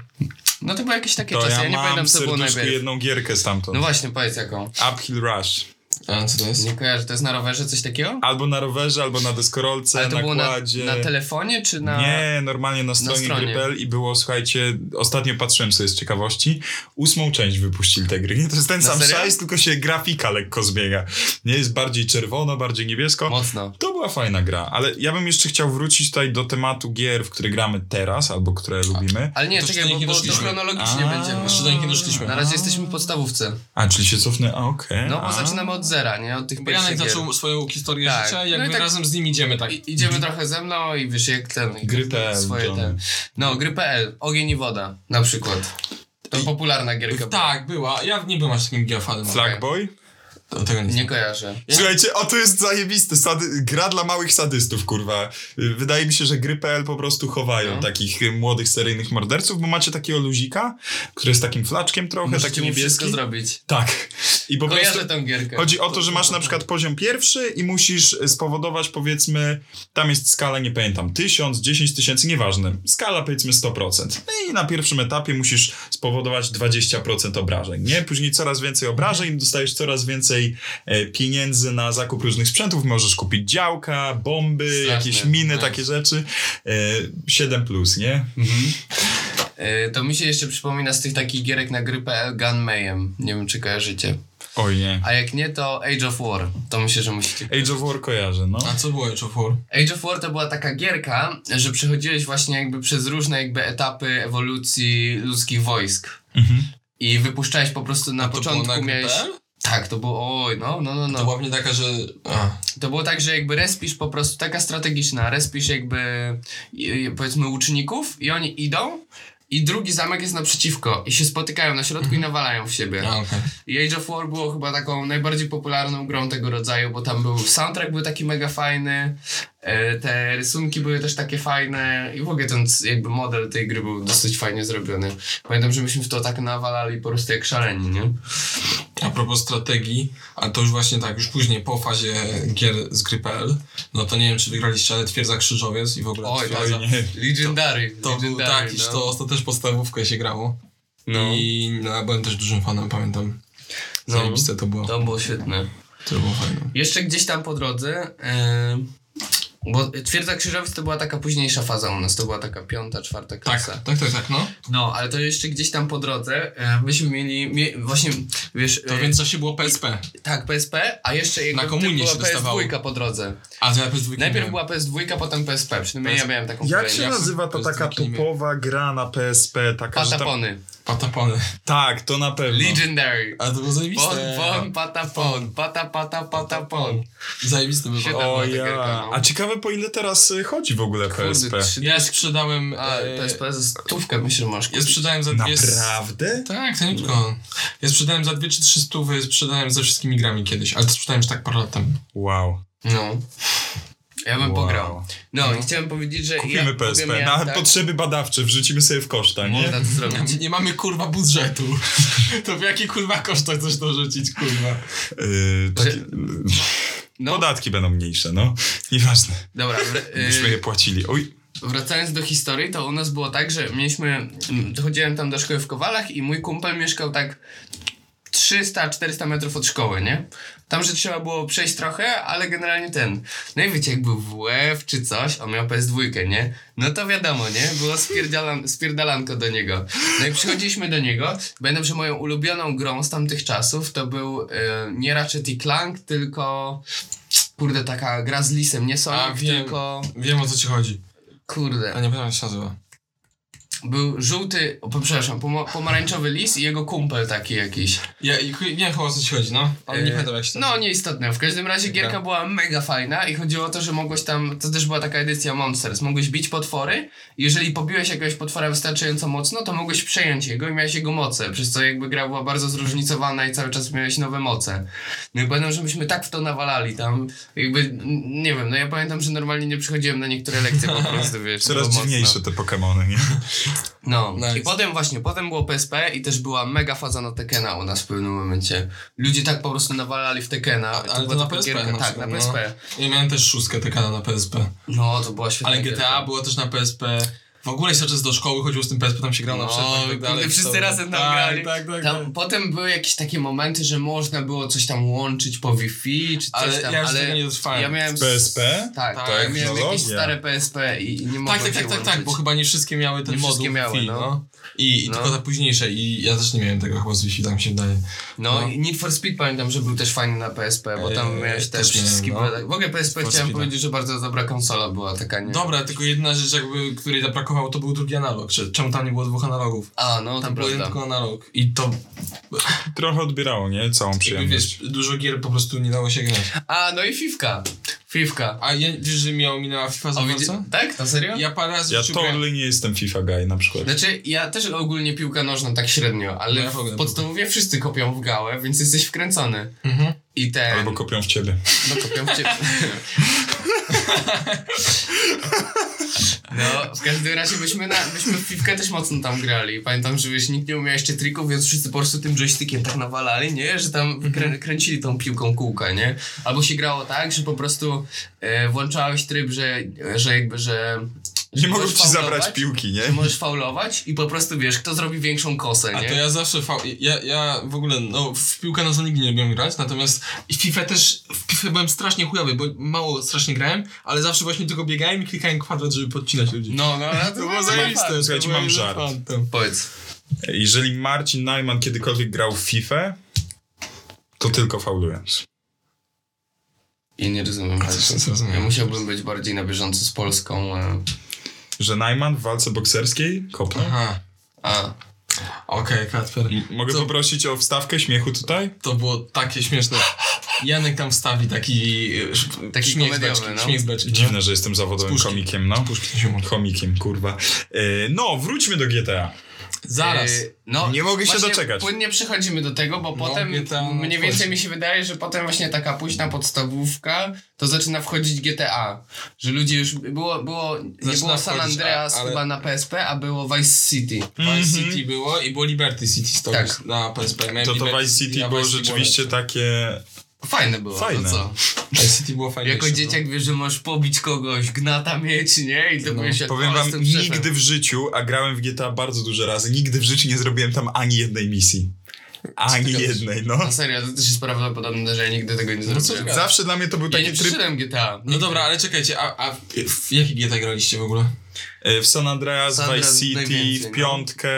A: No to były jakieś takie
B: To
A: czasy,
B: ja,
A: ja, nie
B: mam
A: pamiętam co było
B: serduszku
A: najpierw.
B: jedną gierkę stamtąd.
A: No właśnie, powiedz jaką.
B: Uphill Rush.
C: A co to jest?
A: Nie kojarzę, to jest na rowerze coś takiego?
B: Albo na rowerze, albo na deskorolce,
A: Ale to
B: na
A: było na,
B: kładzie.
A: na telefonie czy na...
B: Nie, normalnie na stronie,
A: stronie.
B: gry.pl i było, słuchajcie, ostatnio patrzyłem sobie z ciekawości, ósmą część wypuścili te gry. Nie, to jest ten
A: Na
B: sam
A: serio?
B: szajs, tylko się grafika lekko zmienia. Nie jest bardziej czerwono, bardziej niebiesko.
A: Mocno.
B: To była fajna gra, ale ja bym jeszcze chciał wrócić tutaj do tematu gier, w które gramy teraz, albo które lubimy.
A: Ale nie,
C: To
A: czekaj,
C: jeszcze
A: bo,
C: nie
A: bo to
C: doszliśmy.
A: chronologicznie
B: A.
A: będziemy.
C: Jeszcze do nich nie doszliśmy.
A: No, Na razie jesteśmy w podstawówce.
B: A, czyli się cofnę, a okej.
A: No bo
B: a.
A: zaczynamy od zera, nie? Od tych
C: Bo Janek
A: pierwszych gier.
C: zaczął swoją historię
A: Tak.
C: życia,
A: No i
C: jakby
A: tak-
C: razem z nim idziemy tak.
A: I, idziemy trochę ze mną i wiesz, jak ten...
B: Gry.pl,
A: Swoje
B: Johnny.
A: ten. No, gry.pl, Ogień i Woda na przykład. To popularna gierka. była.
C: Tak, była. Ja nie byłem aż takim geofanem.
B: Flagboy?
C: To, tego nie,
A: Nie
C: nie
A: kojarzę.
B: Słuchajcie, o to jest zajebiste. Sady- gra dla małych sadystów, kurwa. Y, Wydaje mi się, że gry.pl po prostu chowają
A: No.
B: takich y, młodych seryjnych morderców, bo macie takiego luzika, który jest takim flaczkiem trochę,
A: Możecie
B: taki
A: mi
B: niebieski.
A: wszystko zrobić.
B: Tak. I po prostu
A: Kojarzę tę gierkę.
B: Chodzi o to, że masz na przykład poziom pierwszy i musisz spowodować, powiedzmy, tam jest skala, nie pamiętam, 1000, 10 tysięcy, nieważne. Skala, powiedzmy, 100%. No i na pierwszym etapie musisz spowodować 20% obrażeń, nie? Później coraz więcej obrażeń, dostajesz coraz więcej e, pieniędzy na zakup różnych sprzętów. Możesz kupić działka, bomby,
A: Straszne.
B: jakieś miny,
A: Tak.
B: takie rzeczy. E, 7 plus, nie?
A: Y, To mi się jeszcze przypomina z tych takich gierek na gry.pl Gun Mayhem. Nie wiem, czy kojarzycie.
B: Oj, nie.
A: A jak nie, to Age of War. To myślę, że musicie.
B: Age of War kojarzę, no.
C: A co było jeszcze for?
A: Age of War to była taka gierka, że przechodziłeś właśnie jakby przez różne jakby etapy ewolucji ludzkich wojsk. I wypuszczałeś po prostu na
C: Mhm. A to było
A: początku
C: na
A: miałeś.
C: GPL?
A: Tak, to było. Oj, no, no, no,
C: To
A: no.
C: była mnie taka, że... A,
A: To było tak, że jakby respisz po prostu taka strategiczna, respisz jakby i- i powiedzmy łuczników i oni idą. I drugi zamek jest naprzeciwko i się spotykają na środku
C: Mhm.
A: i nawalają w siebie.
C: A, okej.
A: I Age of War było chyba taką najbardziej popularną grą tego rodzaju, bo tam był soundtrack był taki mega fajny, e, te rysunki były też takie fajne i w ogóle ten c- jakby model tej gry był dosyć fajnie zrobiony. Pamiętam, że myśmy w to tak nawalali po prostu jak szaleni, nie?
C: A propos strategii, a to już właśnie tak, już później po fazie gier z gry.pl, no to nie wiem, czy wygraliście, ale twierdza Krzyżowiec i w ogóle
A: Oj,
C: twierdza...
A: tak. Legendary.
C: To był
A: legendary,
C: tak, iż to ostatecznie podstawówkę się grało.
A: No.
C: I no, ja byłem też dużym fanem, pamiętam.
A: No.
C: Zajebiste to było.
A: To było świetne.
C: To było fajne.
A: Jeszcze gdzieś tam po drodze, e, bo Twierdza Krzyżowic to była taka późniejsza faza u nas, to była taka piąta, czwarta klasa.
C: Tak, tak, tak, tak, no.
A: No, ale to jeszcze gdzieś tam po drodze e, myśmy mieli, mie, właśnie, wiesz,
C: To
A: e,
C: więc zawsze było PSP.
A: tak, PSP, a jeszcze jakby
C: Na komunie
A: była
C: się dostawało.
A: PS2 po drodze.
C: A to ja PS2 nie
A: Najpierw
C: miałem.
A: była PS2, potem PSP, przynajmniej
C: PS
A: ja miałem taką
B: Jak
A: kolejność.
B: się nazywa
C: to
B: to
C: jest
B: taka
C: taki imię.
B: topowa gra na PSP? Taka, że tam...
A: Patapony,
C: Patapony.
B: Tak, to na
A: No.
B: pewno.
A: legendary,
C: A to było
A: pon,
C: zajebiste.
A: pon, patapon, pata, pata, patapon.
C: Zajebiste by było.
A: Siedem.
B: O
A: Taka gierka,
B: ja.
A: no.
B: A ciekawe po ile teraz y, chodzi w ogóle PSP.
A: trzy-
C: Ja sprzedałem...
A: A,
C: e,
A: PSP ze stówkę myślę, że masz
C: Ja
A: kupić.
C: sprzedałem za dwie...
B: Naprawdę?
C: Tak, to nie tylko. Ja sprzedałem za dwie czy trzy stówy, sprzedałem ze wszystkimi grami kiedyś, ale to sprzedałem już tak parę lat temu.
B: Wow.
A: No. Ja bym
B: Wow.
A: pograł. No, i chciałem powiedzieć, że...
B: Kupimy
A: ja,
B: PSP
A: powiem ja,
B: na
A: tak,
B: potrzeby badawcze, wrzucimy sobie w koszta, nie?
A: Można to zrobić.
C: Znaczy, Nie mamy kurwa budżetu. To w jaki kurwa koszta chcesz to rzucić, kurwa?
B: Yy,
A: Że-
B: takie-
A: No.
B: Podatki będą mniejsze, no. Nieważne.
A: Dobra, wr-
B: Byśmy je
A: y,
B: płacili. Oj,
A: wracając do historii, to u nas było tak, że mieliśmy, mm, chodziłem tam do szkoły w Kowalach i mój kumpel mieszkał tak 300-400 metrów od szkoły, nie? Tam, że trzeba było przejść trochę, ale generalnie ten. No i wiecie, jak był WF czy coś, on miał PS2, nie? No to wiadomo, nie? Było spierdalan spierdalanko do niego. No i przychodziliśmy do niego. Będę, że moją ulubioną grą z tamtych czasów to był y, nie Ratchet i Clank, tylko... Kurde, taka gra z lisem, nie
C: A,
A: Sonic,
C: wiem.
A: tylko...
C: Wiem o co ci chodzi.
A: Kurde.
C: A nie pamiętam jak się nazywa.
A: Był żółty, o, przepraszam, pomo- pomarańczowy lis i jego kumpel taki jakiś.
C: Ja i chuj- wiem chyba o co ci chodzi, no. Ale nie
A: E,
C: pamiętam jak się
A: No, nieistotne. W każdym razie
C: Gra.
A: gierka była mega fajna i chodziło o to, że mogłeś tam, to też była taka edycja Monsters, mogłeś bić potwory i jeżeli pobiłeś jakiegoś potwora wystarczająco mocno, to mogłeś przejąć jego i miałeś jego moce, przez co jakby gra była bardzo zróżnicowana i cały czas miałeś nowe moce. No i pamiętam, że myśmy tak w to nawalali tam, jakby, n- nie wiem, no ja pamiętam, że normalnie nie przychodziłem na niektóre lekcje po prostu, wiesz. było
B: coraz
A: no, mocno.
B: dziwniejsze te Pokemony, nie?
A: No,
C: Nice.
A: i potem właśnie, potem było PSP i też była mega faza na Tekena u nas w pewnym momencie. Ludzie tak po prostu nawalali w Tekena.
C: A-
A: i
C: ale
A: była
C: to na
A: taka
C: PSP
A: gierka-
C: na
A: tak,
C: przykład,
A: na PSP.
C: Ja miałem też szóstkę Tekana na PSP.
A: No, to była świetna
C: Ale
A: gierka.
C: GTA było też na PSP. W ogóle się czas do szkoły chodziło z tym PSP, tam się grało na
A: No,
C: wszelkie i tak
A: kurde,
C: dalej.
A: wszyscy
C: To-
A: razem tam
C: tak,
A: grali.
C: Tak, tak, tak.
A: Tam, potem były jakieś takie momenty, że można było coś tam łączyć po Wi-Fi czy coś
C: Ale
A: tam,
C: ja już tego
A: ale
C: nie dotrwałem.
A: ja miałem...
B: PSP?
A: Tak,
C: Tak,
A: ja miałem jakieś
B: technologia.
A: stare PSP i, i nie mogłem
C: Tak, tak,
A: się
C: tak, tak,
A: łączyć.
C: tak, bo chyba nie wszystkie miały ten
A: Nie
C: moduł
A: wszystkie miały,
C: Wi-Fi,
A: no.
C: I, i
A: No.
C: tylko te późniejsze i ja też nie miałem tego chyba z Wi-Fi, tak mi się wydaje.
A: No,
C: No.
A: i Need for Speed pamiętam, że był też fajny na PSP, bo tam
C: Eee,
A: miałeś
C: też
A: też
C: miałem,
A: wszystkie...
C: no.
A: W ogóle PSP
C: For
A: chciałem
C: Speeda.
A: powiedzieć, że bardzo dobra konsola była taka, nie?
C: Dobra, tylko jedna rzecz jakby, której zabrakowało to był drugi analog, Czy- czemu tam nie było dwóch analogów?
A: A, no,
C: Tam
A: to
C: był jeden
A: prawda.
C: tylko analog i to
B: Trochę odbierało, nie? Całą
C: jakby
B: przyjemność.
C: wiesz, dużo gier po prostu nie dało się grać.
A: A, no i Fifka. Fifka.
C: A ja, wiesz, że miał, minęła FIFA za
A: O, widzi-
C: bardzo?
A: tak? Na serio?
C: Ja parę razy
B: Ja
C: w życiu grałem-
B: totally nie jestem FIFA guy na przykład.
A: Znaczy, ja też ogólnie piłka nożna tak średnio, ale
C: No ja w ogóle
A: w podstawowie wszyscy kopią w gałę, więc jesteś wkręcony.
C: Mhm.
A: I ten...
B: Albo kopią w ciebie.
A: No kopią w ciebie. No, w każdym razie byśmy, na, byśmy w piwkę też mocno tam grali. Pamiętam, że wiesz, nikt nie umiał jeszcze trików, więc wszyscy po prostu tym joystickiem tak nawalali, nie? Że tam krę, kręcili tą piłką kółka, nie? Albo się grało tak, że po prostu e, włączałeś tryb, że, że jakby, że...
B: Nie
A: że
B: mogą
A: możesz
B: ci
A: faulować,
B: zabrać
A: że
B: piłki, nie?
A: Możesz faulować i po prostu wiesz, kto zrobi większą kosę,
C: A
A: nie?
C: to ja zawsze, fa- ja, ja w ogóle, no w piłkę nożną nigdy nie lubiłem grać, natomiast i w FIFA też, w FIFA byłem strasznie chujowy, bo mało strasznie grałem, ale zawsze właśnie tylko biegałem i klikałem kwadrat, żeby podcinać ludzi.
A: No, no, no, to
C: To było zajebiste. to
B: Słuchajcie,
C: było
B: mam
C: jeden
B: żart.
C: fan tam.
A: Powiedz.
B: Jeżeli Marcin Najman kiedykolwiek grał w FIFA, to tylko faulując.
A: I nie rozumiem.
C: A coś nie zrozumiałem.
A: Ja musiałbym być bardziej na bieżąco z Polską. e,
B: Że Najman w walce bokserskiej kopnął.
C: Aha,
A: A,
C: okej, Katper.
B: M- Mogę
C: Co?
B: poprosić o wstawkę śmiechu tutaj?
C: To było takie śmieszne. Janek tam wstawi taki, e, sz-
A: Taki
C: śmiech z
A: komediowy,
C: beczki,
A: no.
C: śmiech z beczki.
B: Dziwne, że jestem zawodowym
C: Spuszki.
B: komikiem, no.
C: Puszki się mogą.
B: Komikiem, kurwa. E, No, wróćmy do GTA.
C: Zaraz.
A: Yy, no,
B: Nie mogę się
A: właśnie
B: doczekać.
A: Płynnie przechodzimy do tego, bo
C: No,
A: potem
C: GTA
A: mniej więcej
C: wchodzi.
A: mi się wydaje, że potem właśnie taka późna podstawówka to zaczyna wchodzić GTA. Że ludzie już było, było nie
C: Zaczyna
A: było San
C: wchodzić, a-
A: Andreas
C: ale-
A: chyba na PSP, a było Vice City.
C: Vice City było i było Liberty City Stories
A: mhm. Tak.
C: na PSP. Miałem
B: To to
C: Liberty
B: Vice City
C: a
B: było
C: Vice
B: rzeczywiście
C: lepsze.
B: takie...
A: Fajne było, to
B: Fajne.
A: co?
C: Vice City było fajniejsze. no.
A: Jako dzieciak wiesz, że możesz pobić kogoś, gnata mieć, nie? I to
C: No.
A: powiesz, jak
B: Powiem
A: o,
B: wam,
A: jestem szefem.
B: nigdy w życiu, a grałem w GTA bardzo dużo razy, nigdy w życiu nie zrobiłem tam ani jednej misji. Ani
C: gadasz?
B: jednej, no.
A: No serio, to też jest prawdopodobne, że ja nigdy tego nie
C: co
A: zrobiłem.
C: ty gadasz?
B: Zawsze dla mnie to był
A: ja nie
B: taki tryb
A: przyszedłem GTA.
C: No dobra, ale czekajcie, a, a w, w jakie GTA graliście w ogóle?
B: e, w San Andreas,
A: San Andreas
B: Vice City,
A: najwięcej, no.
B: w piątkę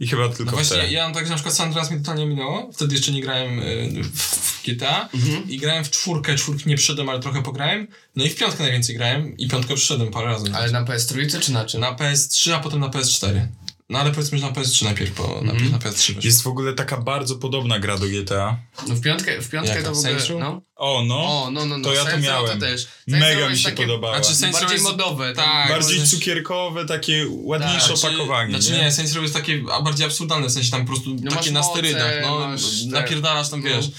B: i chyba
C: No
B: tylko w
C: właśnie,
B: te.
C: ja mam tak, że na przykład San Andreas mi totalnie minęło, wtedy jeszcze nie grałem y, w, w GTA
A: Mhm.
C: i grałem w czwórkę, czwórki nie przyszedłem, ale trochę pograłem, no i w piątkę najwięcej grałem i piątkę przyszedłem parę razy.
A: Ale na PS3 czy na czym?
C: Na PS3, a potem na PS4. No ale powiedzmy, że na PS3 najpierw, bo
A: Mhm.
C: najpierw na PS3 weszło.
B: Jest w ogóle taka bardzo podobna gra do GTA.
A: No w piątkę, w piątkę
C: Jaka?
A: to w ogóle,
C: Saints Row?
A: no.
B: O, no.
A: O, no, no, no.
B: to ja to
A: Saints Row
B: miałem.
A: To też. Saints
B: Mega
A: Row
B: mi
A: jest
B: się
A: takie
B: podobała.
C: Znaczy, Saints Row
A: Bardziej
C: jest-
A: modowe. No
C: tak,
B: Bardziej
C: może-
B: cukierkowe, takie ładniejsze
A: Tak,
C: Znaczy-
B: opakowanie.
C: Znaczy
B: nie?
C: nie, sens robił jest takie a bardziej absurdalne, w sensie tam po prostu
A: No
C: takie
A: masz
C: na
A: moce,
C: sterydach, no,
A: masz te-
C: napierdalasz tam,
A: no.
C: wiesz.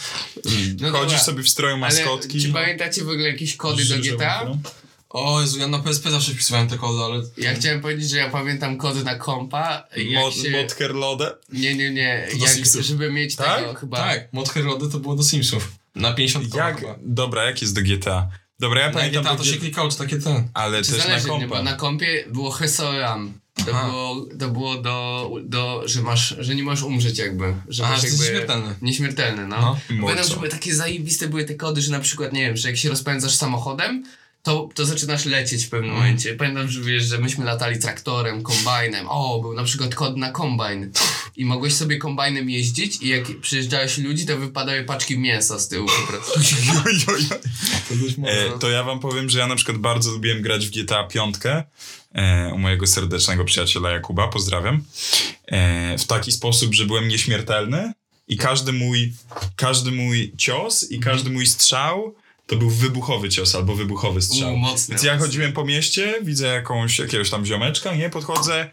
A: No
B: Chodzisz
A: dobra,
B: sobie w stroju
A: Ale
B: maskotki.
A: czy pamiętacie w ogóle jakieś kody do
B: żywą
A: GTA?
B: grą.
C: O Jezu, ja na PSP zawsze wpisywałem te kody, ale...
A: Ja chciałem powiedzieć, że ja pamiętam kody na kompa. Jak
B: Mod,
A: się...
B: mod Kerlodę.
A: Nie, nie, nie.
C: To do
A: Jak,
C: Simsów.
A: żeby mieć
B: Tak?
A: tego chyba.
C: Tak, mod Herody to było do Simsów. Na
A: No
C: 50 koła
B: Jak?
C: chyba.
B: Dobra, jak jest do GTA? Dobra, ja
C: Na
B: pamiętam
C: GTA
B: do
C: to się
B: G-
C: klikało, czy takie ten.
B: Ale
A: Czy
B: też na
A: zależy, nie, bo
B: kompa.
A: na kompie było Hesoram. To
C: Aha.
A: było, to było do, do, że masz, że nie możesz umrzeć jakby. Że
C: A,
A: masz
C: że
A: jakby...
C: jesteś śmiertelny.
A: Nieśmiertelny, no.
C: No.
A: Pamiętam,
B: Morco.
A: że były takie zajebiste były te kody, że na przykład, nie wiem, że jak się rozpędzasz samochodem, to, to zaczynasz lecieć w
C: Mm.
A: pewnym momencie. Pamiętam, że wiesz, że myśmy latali traktorem, kombajnem. O, był na przykład kod na kombajn. I mogłeś sobie kombajnem jeździć i jak przyjeżdżałeś ludzi, to wypadały paczki mięsa z tyłu po prostu.
B: Oj, oj, oj. E, to ja wam powiem, że ja na przykład bardzo lubiłem grać w GTA 5 e, u mojego serdecznego przyjaciela Jakuba, pozdrawiam. E, w taki sposób, że byłem nieśmiertelny i każdy mój, każdy mój cios i każdy mój strzał to był wybuchowy cios albo wybuchowy strzał.
A: U, mocne,
B: Więc ja
A: mocne.
B: chodziłem po mieście, widzę jakąś, jakiegoś tam ziomeczka, nie? Podchodzę,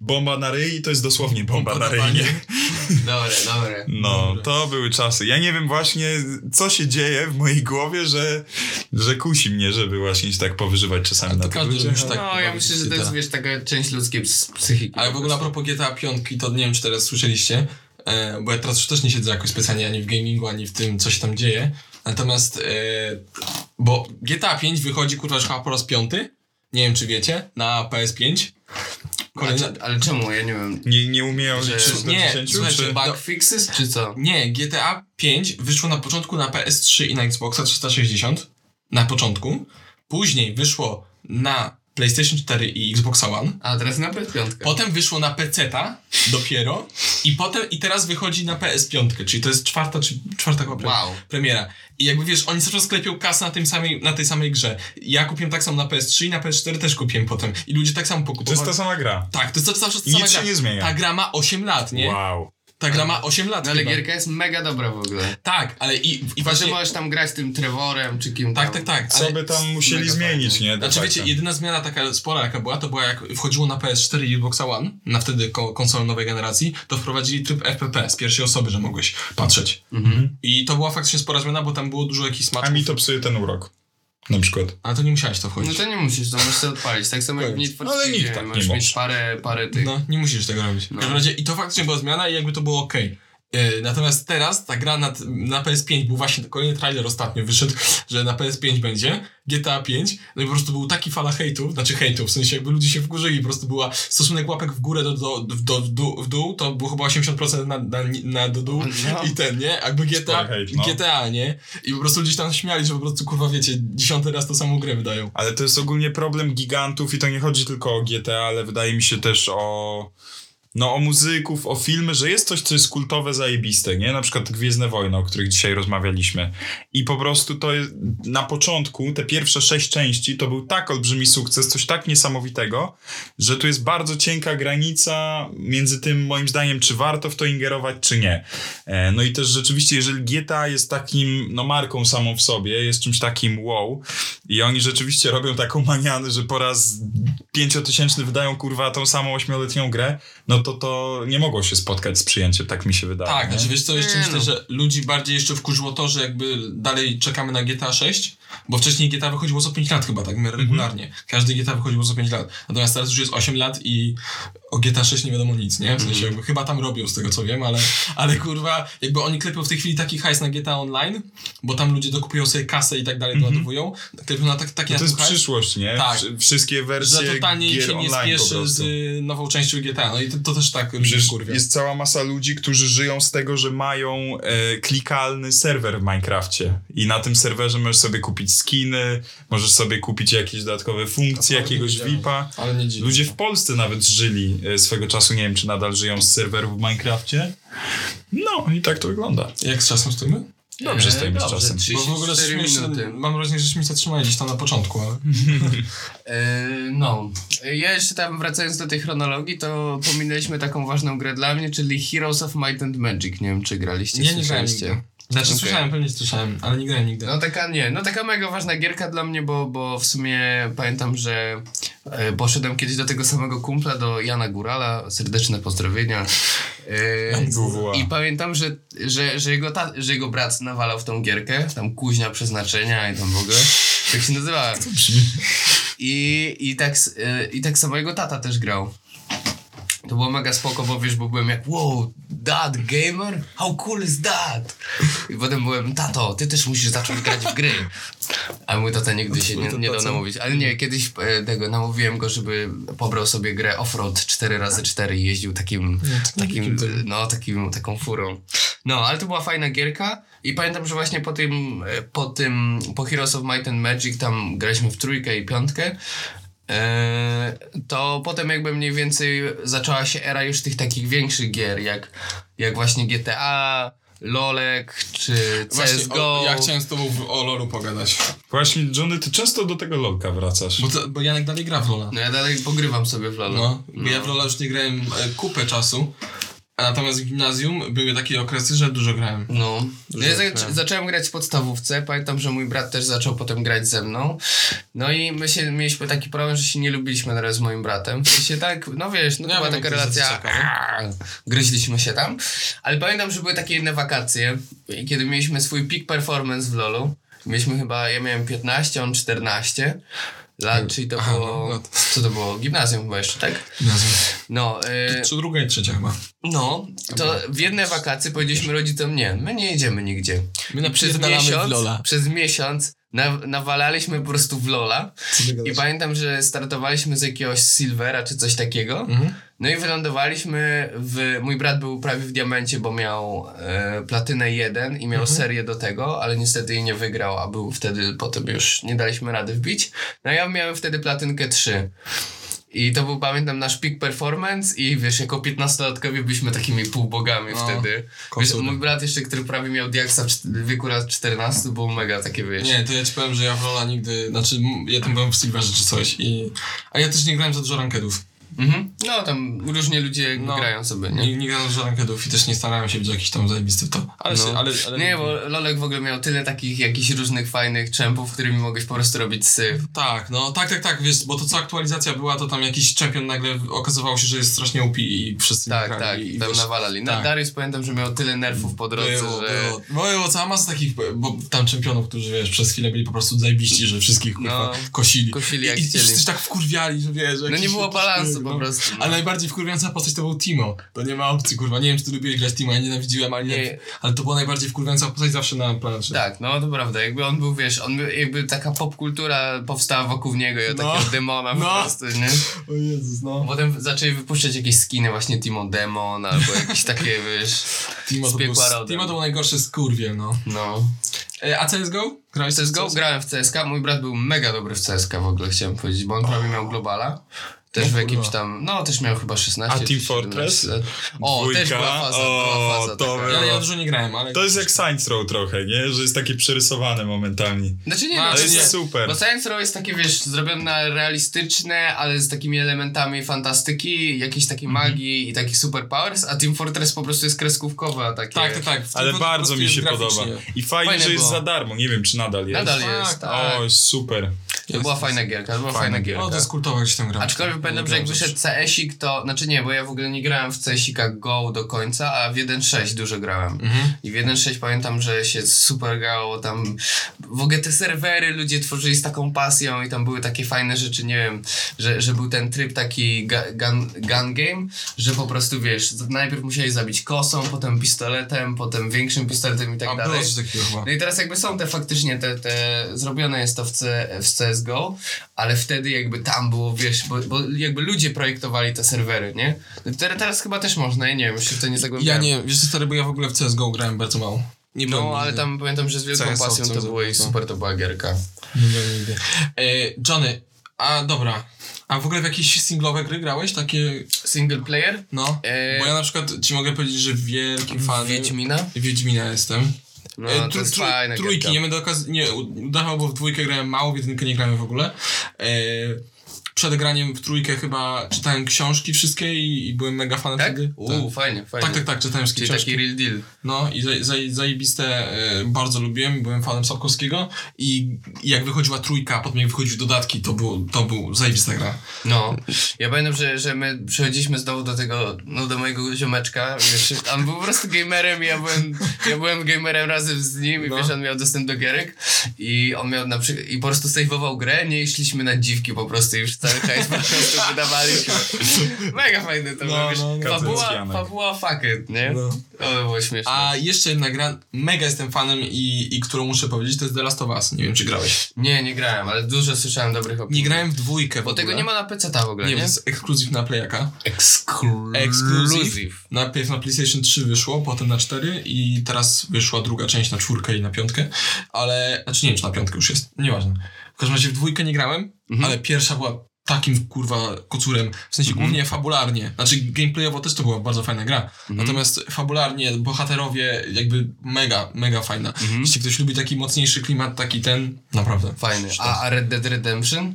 B: bomba na ryj i to jest dosłownie bomba, na
C: Bomba na
B: ryj,
C: banie.
B: nie?
A: Dobre, dobre.
C: Mm.
B: No,
C: Dobra.
B: to były czasy. Ja nie wiem właśnie, co się dzieje w mojej głowie, że, że kusi mnie, żeby właśnie się tak powyżywać czasami na
C: to
B: tych
C: każdy
B: ludziach.
C: lubi się tak
A: No, ja
C: bawić
A: myślę, że to
C: GTA.
A: jest, wiesz, taka część ludzkiej ps- psychiki.
C: Ale w ogóle a propos GTA 5, to nie wiem, czy teraz słyszeliście, e, bo ja teraz już też nie siedzę jakoś specjalnie ani w gamingu, ani w tym, co się tam dzieje. Natomiast, e, bo GTA 5 wychodzi, kurwa, już chyba po raz piąty, nie wiem, czy wiecie, na PS5.
A: ale,
C: Kolejna...
A: ale czemu? Ja nie wiem.
B: Nie, nie umieją
A: Że-
B: liczyć do
C: nie,
B: 10,
C: słuchajcie,
B: czy...
C: ba-
A: Bugfixes czy co?
C: Nie, GTA 5 wyszło na początku na PS3 i na Xboxa 360. Na początku. Później wyszło na PlayStation 4 i Xbox One.
A: A teraz na PS5.
C: Potem wyszło na PC-ta dopiero i potem i teraz wychodzi na PS5, czyli to jest czwarta czy czwarta chyba pre-
A: Wow.
C: premiera. I jakby wiesz, oni cały czas klepią kasę na, tym samej, na tej samej grze. Ja kupiłem tak samo na PS3 i na PS4 też kupiłem potem. I ludzie tak samo
B: To jest
C: pokupowali.
B: ta sama gra.
C: Tak, to jest zawsze ta
B: Nic
C: sama
B: się
C: gra.
B: nie zmienia.
C: Ta gra ma 8 lat, nie?
B: Wow.
C: Ta gra ma 8 lat.
A: No ale
C: chyba.
A: gierka jest mega dobra w ogóle.
C: Tak, ale i, i
A: Właśnie
C: właśnie...
A: możesz tam grać tym Trevorem czy kim
C: Tak,
A: tam.
C: tak, tak.
B: Co
C: ale-
B: by tam musieli
A: mega
B: zmienić,
A: fajnie.
B: nie? de
C: Znaczy wiecie,
B: facto?
C: jedyna zmiana taka spora jaka była, to była jak wchodziło na PS4 i Xbox One, na wtedy ko- konsolę nowej generacji, to wprowadzili tryb FPP z pierwszej osoby, że mogłeś patrzeć. I to była faktycznie spora zmiana, bo tam było dużo jakichś
B: A
C: smaczków.
B: mi to psuje ten urok. Na przykład.
C: Ale to nie musiałeś w to wchodzić.
A: No to nie musisz, to możesz sobie odpalić. Tak samo jak w Need for
B: No ale
A: Speedzie,
B: nikt tak nie
A: możesz
B: może.
A: mieć parę, parę tych.
C: No, nie musisz tego robić. W każdym razie, i to faktycznie była zmiana i jakby to było ok. Natomiast teraz ta gra na, na PS5 był właśnie kolejny trailer ostatnio wyszedł, że na PS5 będzie GTA 5. No i po prostu był taki fala hejtu, znaczy hejtu, w sensie jakby ludzie się wkurzyli, po prostu była stosunek łapek w górę do, do, do, w, dół, w dół, to było chyba 80% na, na, na do dół
A: No.
C: i ten, nie? Jakby GTA,
B: Spory hejt, no.
C: GTA, nie? I po prostu ludzie się tam śmiali, że po prostu kurwa wiecie, dziesiąty raz tą samą grę wydają.
B: Ale to jest ogólnie problem gigantów i to nie chodzi tylko o GTA, ale wydaje mi się też o no, o muzyków, o filmy, że jest coś, co jest kultowe, zajebiste, nie? Na przykład Gwiezdne Wojny, o których dzisiaj rozmawialiśmy. I po prostu to jest, na początku, te pierwsze sześć części, to był tak olbrzymi sukces, coś tak niesamowitego, że tu jest bardzo cienka granica między tym, moim zdaniem, czy warto w to ingerować, czy nie. E, no i też rzeczywiście, jeżeli GTA jest takim, no, marką samą w sobie, jest czymś takim wow, i oni rzeczywiście robią taką manianę, że po raz pięciotysięczny wydają, kurwa, tą samą ośmioletnią grę, no to to nie mogło się spotkać z przyjęciem, tak mi się wydaje.
C: Tak,
B: nie?
C: znaczy wiesz co, jeszcze
A: Nie,
C: myślę,
A: no.
C: że ludzi bardziej jeszcze wkurzyło to, że jakby dalej czekamy na GTA 6, bo wcześniej GTA wychodziło co 5 lat chyba, tak
B: Mhm.
C: regularnie. Każdy GTA wychodziło co 5 lat. Natomiast teraz już jest 8 lat i o GTA 6 nie wiadomo nic, nie? W sensie
B: Mhm.
C: jakby chyba tam robią z tego co wiem, ale, ale kurwa, jakby oni klepią w tej chwili taki hajs na GTA Online, bo tam ludzie dokupują sobie kasę i tak dalej, doładowują. Klepią na tak,
B: Mhm.
C: taki
B: No to jest
C: hajs,
B: przyszłość, nie?
C: Tak.
B: Wsz- Wszystkie
C: że
B: wersje
C: totalnie im
B: gier
C: się nie
B: online po
C: spieszy
B: prostu.
C: z y, nową częścią GTA. No i to, to też tak
B: Przecież
C: kurwa.
B: jest cała masa ludzi, którzy żyją z tego, że mają e, klikalny serwer w Minecrafcie. I na tym serwerze możesz sobie kupić skiny, możesz sobie kupić jakieś dodatkowe funkcje,
C: To
B: jakiegoś
C: nie wiedziałem.
B: VIPa.
C: Ale nie dziwi.
B: Ludzie w Polsce nawet żyli e, swego czasu, nie wiem czy nadal żyją z serwerów w Minecrafcie. No i tak to wygląda.
C: Jak z czasem stoimy?
B: Dobrze
C: E,
A: Eee,
B: stoimy z
A: dobrze,
B: czasem.
A: trzy-
C: Bo w ogóle
A: 34
C: śmieszne,
A: minuty.
C: mam wrażenie, żeśmy zatrzymali gdzieś tam na początku, ale...
A: Yy, No, ja jeszcze tam wracając do tej chronologii, to pominęliśmy taką ważną grę dla mnie, czyli Heroes of Might and Magic. Nie wiem, czy graliście,
C: Ja nie grałem nigdy.
A: słyszeliście.
C: Znaczy
A: Okej.
C: słyszałem, pewnie słyszałem, ale nie grałem nigdy.
A: No taka nie, no taka mega ważna gierka dla mnie, bo, bo w sumie pamiętam, że e, poszedłem kiedyś do tego samego kumpla, do Jana Górala, serdeczne pozdrowienia. E,
B: WWA.
A: I pamiętam, że, że, że, jego ta, że jego brat nawalał w tą gierkę, tam kuźnia przeznaczenia i tam w ogóle, tak się nazywała. I, i, tak, s- e, I tak samo jego tata też grał. To było mega spoko, bo wiesz, bo byłem jak wow, dad gamer? How cool is that? I potem byłem, tato, ty też musisz zacząć grać w gry. A mój tata nigdy się nie, nie dał namówić. Ale nie, kiedyś e, tego namówiłem go, żeby pobrał sobie grę Offroad 4x4 i jeździł takim, takim no, takim, taką furą. No, ale to była fajna gierka i pamiętam, że właśnie po tym, e, po tym, po Heroes of Might and Magic tam graliśmy w trójkę i piątkę. Eee, to potem jakby mniej więcej zaczęła się era już tych takich większych gier, jak, jak właśnie GTA, Lolek czy
C: No, Właśnie,
A: CSGO.
C: o- ja chciałem z tobą w, o LoLu pogadać.
B: Właśnie, Johnny, ty często do tego lolka wracasz.
C: Bo, to, bo Janek dalej gra w LoLa.
A: No ja dalej pogrywam sobie w LoL.
C: No, bo ja w LoLa już nie grałem e, kupę czasu, a natomiast w gimnazjum były takie okresy, że dużo grałem.
A: No.
C: Dużo
A: ja zac-
C: grałem.
A: zacząłem grać w podstawówce. Pamiętam, że mój brat też zaczął potem grać ze mną. No i my się mieliśmy taki problem, że się nie lubiliśmy teraz z moim bratem. I się tak, no wiesz, no
C: Ja
A: była
C: wiem,
A: taka
C: jak to jest
A: relacja.
C: ciekawe.
A: aaa, Gryźliśmy się tam. Ale pamiętam, że były takie jedne wakacje, kiedy mieliśmy swój peak performance w LoLu. Mieliśmy chyba, ja miałem 15, on 14 lat, czyli to
C: Aha,
A: było.
C: no, lat.
A: Co to było? Gimnazjum chyba jeszcze, tak?
C: Gimnazjum.
A: No. y,
C: Czy druga i trzecia chyba.
A: no, to w jedne wakacje powiedzieliśmy rodzicom, nie, my nie jedziemy nigdzie.
C: My
A: I przez
C: napierdalamy w
A: miesiąc,
C: Lola.
A: przez miesiąc na, nawalaliśmy po prostu w Lola i pamiętam, że startowaliśmy z jakiegoś Silvera czy coś takiego
C: Mhm.
A: no i wylądowaliśmy w... Mój brat był prawie w diamencie, bo miał e, platynę 1 i
C: Mhm.
A: miał serię do tego, ale niestety jej nie wygrał, a był wtedy, potem już nie daliśmy rady wbić. No ja miałem wtedy platynkę 3. I to był, pamiętam, nasz peak performance i wiesz, jako 15-latkowie byliśmy takimi półbogami
C: No,
A: wtedy. Wiesz,
C: kosur.
A: mój brat jeszcze, który prawie miał diaksa w czt- wieku lat 14, był mega takie, wiesz...
C: Nie, to ja ci powiem, że ja w LoLa nigdy, znaczy m- ja tam byłem w Silverze czy coś i... A ja też nie grałem za dużo rankedów.
A: Mhm. No, tam różnie ludzie
C: No.
A: grają sobie, nie?
C: Nie, nie grałem za rankedów i też nie starałem się być jakiś tam zajebisty w to. Ale,
A: No.
C: się, ale, ale...
A: Nie, bo Lolek w ogóle miał tyle takich jakichś różnych fajnych czempów, którymi mogłeś po prostu robić syf.
C: Tak, no tak, tak, tak, wiesz, bo to co aktualizacja była, to tam jakiś champion nagle w- okazywało się, że jest strasznie OP i wszyscy
A: Tak,
C: grali
A: tak,
C: i
A: tam
C: wiesz,
A: nawalali. Na
C: tak.
A: Darius pamiętam, że miał tyle nerfów po drodze,
C: było,
A: że...
C: było, było cała masa takich bo tam czempionów, którzy wiesz, przez chwilę byli po prostu zajebiści, że wszystkich kurwa,
A: No.
C: kosili.
A: Kosili
C: I,
A: jak
C: i, i
A: chcieli.
C: wszyscy się tak wkurwiali, że wiesz,
A: No nie było balansu po prostu. no.
C: Ale najbardziej wkurwiająca postać to był Timo. To nie ma opcji, kurwa. Nie wiem, czy ty lubiłeś grać Timo, ja nienawidziłem, ale, nie,
A: Nie.
C: ale to była najbardziej wkurwiająca postać zawsze na planszy.
A: Tak, no to prawda, jakby on był, wiesz, on był, jakby taka popkultura powstała wokół niego, ja
C: No.
A: takiego demona
C: No.
A: po prostu, nie?
C: O Jezus, no.
A: Potem zaczęli wypuszczać jakieś skiny, właśnie Timo Demon, albo jakieś takie, wiesz,
C: Timo
A: z
C: to, był,
A: piekła rodem.
C: Timo to był najgorszy skurwiel, no.
A: no.
C: E, a CSGO? Grałeś
A: W CSGO grałem w CSK, mój brat był mega dobry w CSK w ogóle, chciałem powiedzieć, bo on prawie miał globala. Też
C: O
A: w
C: kurwa.
A: jakimś tam, no też miał chyba 16
B: A
A: czy
B: Team
A: 17
B: Fortress?
A: lat. O, też
B: Dwójka?
A: była faza,
B: O,
A: była faza
B: to
A: taka.
B: było.
C: Ja, ja dużo nie grałem, ale...
B: To jest jak Science Row trochę, nie? Że jest takie przerysowane momentami.
A: Znaczy nie,
C: No,
A: no,
B: Ale
C: Znaczy
B: jest
C: nie.
B: super.
A: Bo Science Row jest takie, wiesz, zrobione realistyczne, ale z takimi elementami fantastyki, jakiejś takiej
B: Mhm.
A: magii i takich superpowers, a Team Fortress po prostu jest kreskówkowa, takie...
C: Tak, tak, tak. W tym
B: Ale
C: po- po
B: bardzo
C: prostu
B: mi
C: jest
B: się podoba.
C: graficznie.
B: I fajnie,
A: Fajne
B: że jest
A: było.
B: za darmo. Nie wiem, czy nadal jest.
A: Nadal
C: Tak,
A: jest, tak.
B: O, super.
A: To była fajna gierka, to była
B: Fajna
A: fajna
C: O, to
A: gierka.
C: jest kultowa gdzieś tam gra.
A: Aczkolwiek pamiętam, że jak wyszedł CSik, to... Znaczy nie, bo ja w ogóle nie grałem w CSika Go do końca, a w 1.6 dużo grałem.
C: Mhm.
A: I w 1.6 pamiętam, że się super grało tam. W ogóle te serwery ludzie tworzyli z taką pasją i tam były takie fajne rzeczy, nie wiem, że, że był ten tryb taki ga- gun, gun game, że po prostu wiesz, najpierw musieli zabić kosą, potem pistoletem, potem większym pistoletem i tak
C: A
A: dalej.
C: było coś takiego chyba.
A: No i teraz jakby są te faktycznie te, te zrobione jest to w, C, w CSGO, ale wtedy jakby tam było, wiesz, bo, bo jakby ludzie projektowali te serwery, nie? No te- Teraz chyba też można, ja nie wiem, jeszcze w to nie
C: Ja
A: zagłębiałem.
C: nie, wiesz co stary, bo ja w ogóle w CSGO grałem bardzo mało. Nie byłem
A: No, ale
C: nigdy.
A: tam pamiętam, że z wielką
C: CS
A: pasją
C: owcem
A: to było i
C: zrobił,
A: super to była gierka.
C: Nie byłem nigdy. E, Johnny, a dobra. A w ogóle w jakieś singlowe gry grałeś? Takie,
A: Single player?
C: no.
A: E,
C: Bo ja na przykład ci mogę powiedzieć, że wielkim fanem...
A: Wiedźmina?
C: Wiedźmina jestem.
A: No,
C: E,
A: to
C: tru-
A: jest
C: tru-
A: fajna
C: trójki,
A: gierka.
C: nie będę okaz... Nie, u- udawało, bo w dwójkę grałem mało, w jedynkę nie grałem w ogóle. E, przed graniem w trójkę chyba czytałem książki wszystkie i, i byłem mega fanem
A: Tak?
C: wtedy.
A: Uuu, fajnie, fajnie.
C: Tak, tak, tak, czytałem wszystkie
A: Czyli
C: książki.
A: taki real deal.
C: No i zaj, zaj, zajebiste, e, bardzo lubiłem, byłem fanem Sapkowskiego i jak wychodziła trójka, a potem jak wychodziły dodatki, to był, to był zajebista gra.
A: No, ja pamiętam, że, że my przychodziliśmy znowu do tego, no do mojego ziomeczka, wiesz, on był po prostu gamerem i ja byłem, ja byłem gamerem razem z nim i
C: No.
A: wiesz, on miał dostęp do gierek i on miał na przykład, i po prostu save'ował grę, nie szliśmy na dziwki po prostu i już cały hajs po prostu wydawaliśmy. Mega fajne to
C: No,
A: było, wiesz,
C: no, no.
A: fabuła,
B: Kazycjanek.
A: fabuła fuck it, nie?
C: No.
A: To było śmieszne.
C: A jeszcze jedna gra, mega jestem fanem i, i którą muszę powiedzieć, to jest The Last of Us. Nie wiem, czy grałeś.
A: Nie, nie grałem, ale dużo słyszałem dobrych opinii.
C: Nie grałem w dwójkę w
A: Mhm. Bo
C: ogóle.
A: tego nie ma na PC ta w ogóle,
C: Nie,
A: nie?
C: to jest ekskluzyw na Playaka.
A: Exclusive.
C: Najpierw na PlayStation 3 wyszło, potem na 4 i teraz wyszła druga część na czwórkę i na piątkę, ale, znaczy nie wiem czy na piątkę już jest, nieważne. W każdym razie w dwójkę nie grałem, ale pierwsza była takim kurwa kocurem, w sensie głównie fabularnie, znaczy gameplayowo też to była bardzo fajna gra, natomiast fabularnie, bohaterowie jakby mega, mega fajna. Jeśli ktoś lubi taki mocniejszy klimat, taki ten, naprawdę.
A: Fajny. A, a Red Dead Redemption?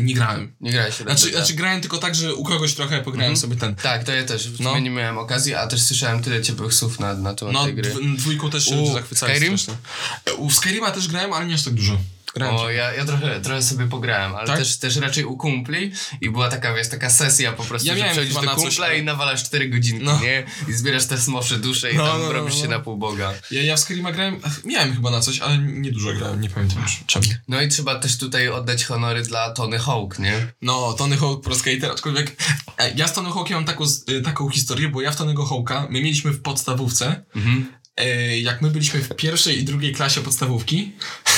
C: Nie grałem.
A: Nie grałeś w Red
C: Znaczy,
A: Deada.
C: znaczy grałem tylko tak, że u kogoś trochę pograłem sobie ten.
A: Tak, to ja też. W
C: No.
A: sumie nie miałem okazji, a też słyszałem tyle ciepłych słów na, na temat
C: No,
A: tej gry.
C: dw- dwójką też się
A: U,
C: ludzie zachwycali
A: Skyrim?
C: strasznie. E, U Skyrima też grałem, ale nie aż tak dużo. Grałem.
A: O, ja, ja trochę, trochę sobie pograłem, ale
C: Tak?
A: też, też raczej u kumpli i była taka, wiesz, taka sesja po prostu,
C: Ja
A: że
C: miałem
A: przechodzisz
C: chyba
A: do
C: na coś,
A: kumpla
C: ale-
A: i nawalasz 4 godzinki,
C: No.
A: nie? I zbierasz te smosze dusze i
C: No,
A: tam
C: no, no,
A: robisz
C: no,
A: się
C: no.
A: na pół boga.
C: Ja, ja w Skyrima grałem, ach, miałem chyba na coś, ale nie dużo grałem, nie pamiętam już czemu.
A: No i trzeba też tutaj oddać honory dla Tony Hawk, nie?
C: No, Tony Hawk Pro Skater, aczkolwiek e, ja z Tony Hawkiem mam taką, z- e, taką historię, bo ja w Tonego Hawka, my mieliśmy w podstawówce,
A: Mhm.
C: e, jak my byliśmy w pierwszej i drugiej klasie podstawówki,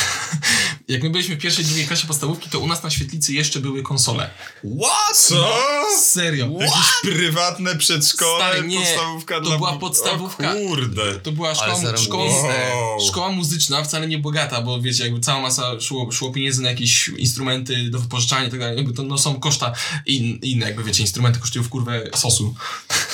C: jak my byliśmy w pierwszej i drugiej klasie podstawówki, to u nas na świetlicy jeszcze były konsole.
B: What? Co?
C: Serio.
B: Jakieś prywatne przedszkole,
C: No. Stary, nie.
B: podstawówka
C: To
B: dla...
C: była podstawówka.
B: O kurde.
C: To była szkoła,
A: Ale zarąbiste.
C: szkoła,
B: Wow.
C: szkoła muzyczna, wcale nie bogata, bo wiecie, jakby cała masa szło, szło pieniędzy na jakieś instrumenty do wypożyczania i tak dalej. Jakby to no, są koszta in, inne, jakby wiecie, instrumenty kosztują w kurwę sosu.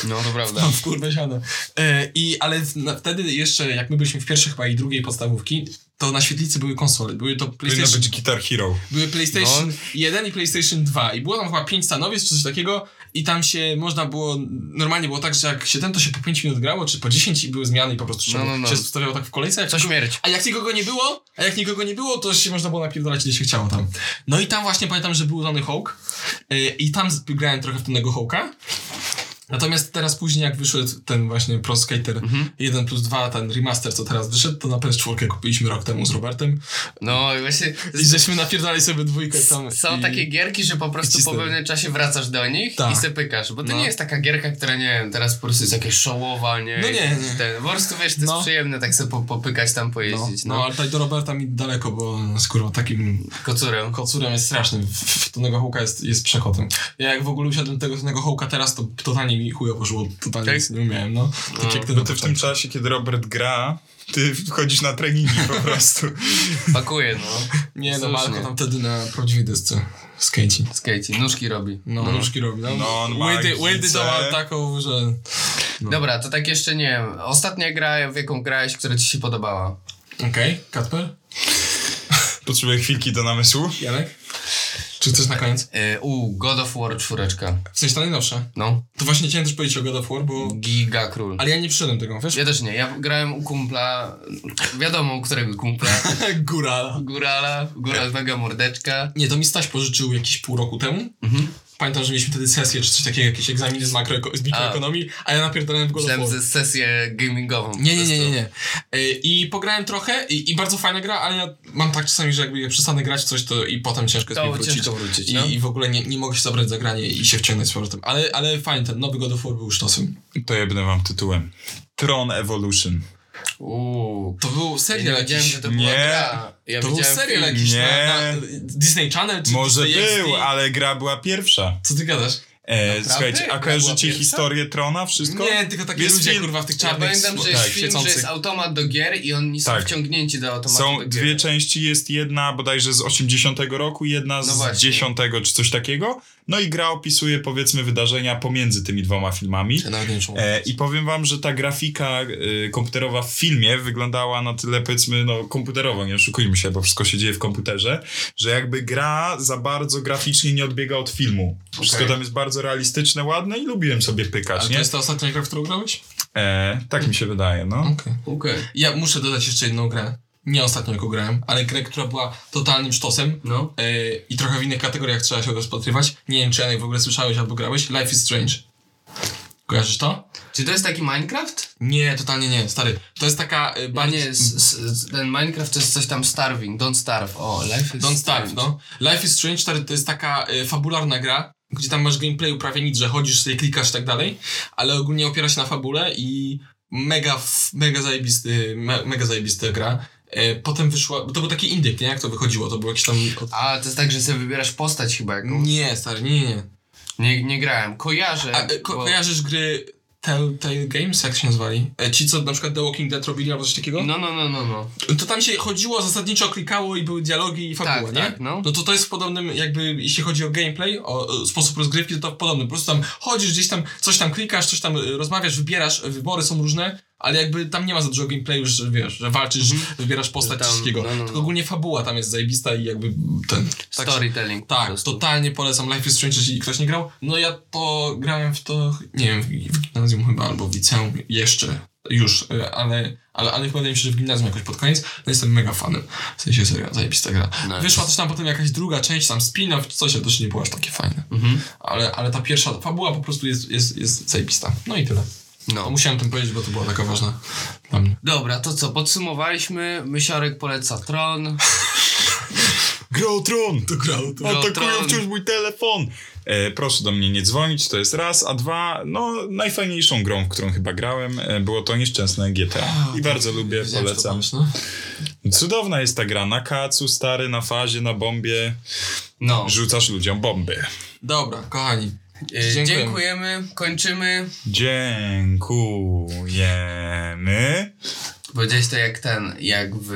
A: No to prawda.
C: Tam w kurwę siano. E, i, ale w, na, wtedy jeszcze, jak my byliśmy w pierwszej chyba i drugiej podstawówki, to na świetlicy były konsole. Były to
B: Powinna
C: PlayStation,
B: być Guitar Hero.
C: były PlayStation
A: No.
C: 1 i PlayStation 2. I było tam chyba 5 stanowisk czy coś takiego i tam się można było, normalnie było tak, że jak się ten, to się po 5 minut grało, czy po 10 i były zmiany i po prostu się,
A: No, no, no.
C: się stawiało tak w kolejce. jak
A: Co śmierć.
C: a jak nikogo nie było, a jak nikogo nie było, to się można było napierdolać, ile się chciało tam. No i tam właśnie pamiętam, że był Tony Hawk yy, i tam z- grałem trochę w Tonego Hawka. Natomiast teraz później, jak wyszedł ten właśnie Pro Skater
A: Mhm.
C: 1 plus 2, ten remaster, co teraz wyszedł, to na PS4 kupiliśmy rok temu z Robertem
A: No i właśnie
C: i żeśmy napierdali sobie dwójkę tam.
A: Są
C: i...
A: takie gierki, że po prostu po
C: cisnę.
A: pewnym czasie wracasz do nich
C: Tak.
A: i se pykasz, bo to
C: No.
A: nie jest taka gierka, która nie wiem, teraz po prostu jest jakaś showowa, nie?
C: No nie,
A: I
C: nie.
A: Ten, po prostu wiesz, to jest
C: No.
A: przyjemne tak sobie po, popykać tam,
C: No,
A: pojeździć, no.
C: no, ale tak do Roberta mi daleko, bo on z kurwa takim
A: Kocurem.
C: kocurem jest straszny. W, w Tonego Hołka jest, jest przekotem. Ja jak w ogóle usiadłem do tego Tonego Hołka teraz, to totalnie mi chujowo szło, totalnie
A: Tak?
C: nic nie umiałem, no. Tak
A: No,
C: jak ten
B: Bo ty w tym
C: Robert.
B: czasie, kiedy Robert gra, ty wchodzisz na treningi po prostu.
A: Pakuje, no.
C: Nie no,
A: Słusznie.
C: Marko tam wtedy na prawdziwej desce skejci.
A: Skejci, nóżki robi.
C: No, nóżki robi, no.
B: No, on ma
C: Łydy, łydy
B: gice.
C: dała taką, że... no.
A: Dobra, to tak jeszcze nie wiem. Ostatnia gra, w jaką grałeś, która ci się podobała?
C: Okej, Katper?
B: Potrzebuję chwilki do namysłu.
C: Janek? Czy chcesz na koniec?
A: Yy, u, God of War 4.
C: W sensie ta najnowsza.
A: No,
C: To właśnie chciałem też powiedzieć o God of War, bo...
A: giga król.
C: Ale ja nie przyszedłem tego, wiesz?
A: Ja też nie, ja grałem u kumpla, wiadomo u którego kumpla,
C: Góra.
A: Górala, Góral mega mordeczka.
C: Nie, to mi Staś pożyczył jakieś pół roku temu.
A: Mhm.
C: Pamiętam, że mieliśmy wtedy sesję czy coś takiego, jakieś egzaminy z, makroeko- z mikroekonomii, a ja napierdalałem w God of
A: Myślałem
C: War.
A: ze sesję gamingową. po
C: Nie, nie, nie,
A: prostu.
C: nie, nie. Y, I pograłem trochę i, i bardzo fajna gra, ale ja mam tak czasami, że jakby jak przestanę grać w coś, to i potem ciężko jest
A: To
C: mi wrócić.
A: ciężko wrócić,
C: I,
A: no.
C: I w ogóle nie, nie mogę się zabrać za granie i się wciągnąć z powrotem. Ale, ale fajnie, ten nowy God of War był sztosem.
B: To jebnę wam tytułem. Tron Evolution.
A: Uuu.
C: To był
A: Ja nie
C: serial
A: wiedziałem,
C: jakiś.
A: że to była
B: Nie.
A: gra. Ja
C: to był
A: widziałem
C: serial
A: film.
C: jakiś
B: Nie.
C: na, na Disney Channel czy
B: Może
C: Disney
B: był,
C: XD.
B: ale gra była pierwsza.
C: Co ty gadasz?
B: E,
A: Naprawdę?
B: słuchajcie, a
A: Gra była
B: kojarzycie
A: pierwsza?
B: historię Trona? Wszystko?
C: Nie, tylko takie
B: Jest
C: ludzie
B: film-
C: kurwa w tych
A: Ja
C: czarnych
A: pamiętam, że
C: swo-
A: jest
B: tak,
A: film, że jest
C: świecących.
A: automat do gier i oni są
B: Tak.
A: wciągnięci do automatu do
B: Są
A: gier.
B: dwie części, jest jedna bodajże z 80 roku, jedna
A: No
B: z
A: właśnie.
B: 10 czy coś takiego. No i gra opisuje powiedzmy wydarzenia pomiędzy tymi dwoma filmami.
C: Ja nawet nie wiem, czemu.
B: E, I powiem wam, że ta grafika e, komputerowa w filmie wyglądała na tyle powiedzmy no, komputerowo, nie oszukujmy się, bo wszystko się dzieje w komputerze, że jakby gra za bardzo graficznie nie odbiega od filmu. Wszystko
A: Okej.
B: tam jest bardzo realistyczne, ładne i lubiłem sobie pykać,
C: Ale
B: nie?
C: to jest ta ostatnia gra, w którą grałeś?
B: E, tak mi się wydaje, no.
C: Okej.
A: Okej.
C: Ja muszę dodać jeszcze jedną grę. Nie ostatnią, jaką grałem, ale grę, która była totalnym sztosem
A: No.
C: e, i trochę w innych kategoriach trzeba się rozpatrywać. Nie wiem, czy Janek w ogóle słyszałeś albo grałeś. Life is Strange. Kojarzysz to?
A: Czy to jest taki Minecraft?
C: Nie, totalnie nie, stary. To jest taka e,
A: Bo
C: bardziej...
A: nie, s- s- ten Minecraft to jest coś tam starving, don't starve. O, life is
C: Don't Starve, no. Life is Strange, stary, to jest taka e, fabularna gra, gdzie tam masz gameplayu prawie nic, że chodzisz sobie, klikasz i tak dalej, ale ogólnie opiera się na fabule i mega, f- mega zajebisty, me, mega zajebista gra. E, potem wyszła, bo to był taki indyk, nie? Jak to wychodziło, to było jakieś tam... Od...
A: A, to jest tak, że sobie wybierasz postać chyba jakąś.
C: Nie, stary, nie, nie.
A: Nie, nie grałem, kojarzę.
C: A, e, ko-
A: bo-
C: Kojarzysz gry Telltale Games, jak się nazywali? E, ci, co na przykład The Walking Dead robili albo coś takiego?
A: No, no, no, no, no.
C: To tam się chodziło, zasadniczo klikało i były dialogi i fabuła,
A: Tak,
C: nie?
A: tak, no.
C: No to to jest w podobnym, jakby jeśli chodzi o gameplay, o, e, sposób rozgrywki, to, to podobny. Po prostu tam chodzisz gdzieś tam, coś tam klikasz, coś tam e, rozmawiasz, wybierasz, e, wybory są różne, ale jakby tam nie ma za dużo gameplayu, że wiesz, że walczysz, wybierasz postać
A: Że Mhm. tam,
C: wszystkiego.
A: no, no, no.
C: Tylko ogólnie fabuła tam jest zajebista i jakby ten... tak się-
A: Storytelling. po
C: tak,
A: prostu.
C: totalnie polecam Life is Strange, jeśli ktoś nie grał. No ja to grałem w to, nie wiem, w w gimnazjum chyba, albo w liceum jeszcze, już, y, ale, ale, ale chyba wydaje mi się, że w gimnazjum jakoś pod koniec. No jestem mega fanem, w sensie serio, zajebista gra.
A: Nice.
C: Wyszła też tam potem jakaś druga część, tam spin-off, czy coś, ale też nie była aż takie fajne.
A: Mhm.
C: Ale, ale ta pierwsza fabuła po prostu jest, jest, jest zajebista. No i tyle. To
A: No.
C: musiałem tym powiedzieć, bo to była taka ważna dla mnie.
A: Dobra, to co, podsumowaliśmy. Mysiorek poleca Tron.
B: Grał Tron!
C: To grało to.
A: Grał
B: Atakują
A: Tron.
B: wciąż mój telefon! E, proszę do mnie nie dzwonić, to jest raz, a dwa, no najfajniejszą grą, w którą chyba grałem, e, było to nieszczęsne GTA.
C: tak,
B: I bardzo lubię, polecam.
C: No.
B: Cudowna jest ta gra na kacu, stary, na fazie, na bombie.
A: No.
B: Rzucasz ludziom bomby.
C: Dobra, kochani.
A: E,
C: dziękujemy.
A: Dziękujemy, kończymy.
B: Dziękujemy.
A: Powiedziałeś to jak ten, jak w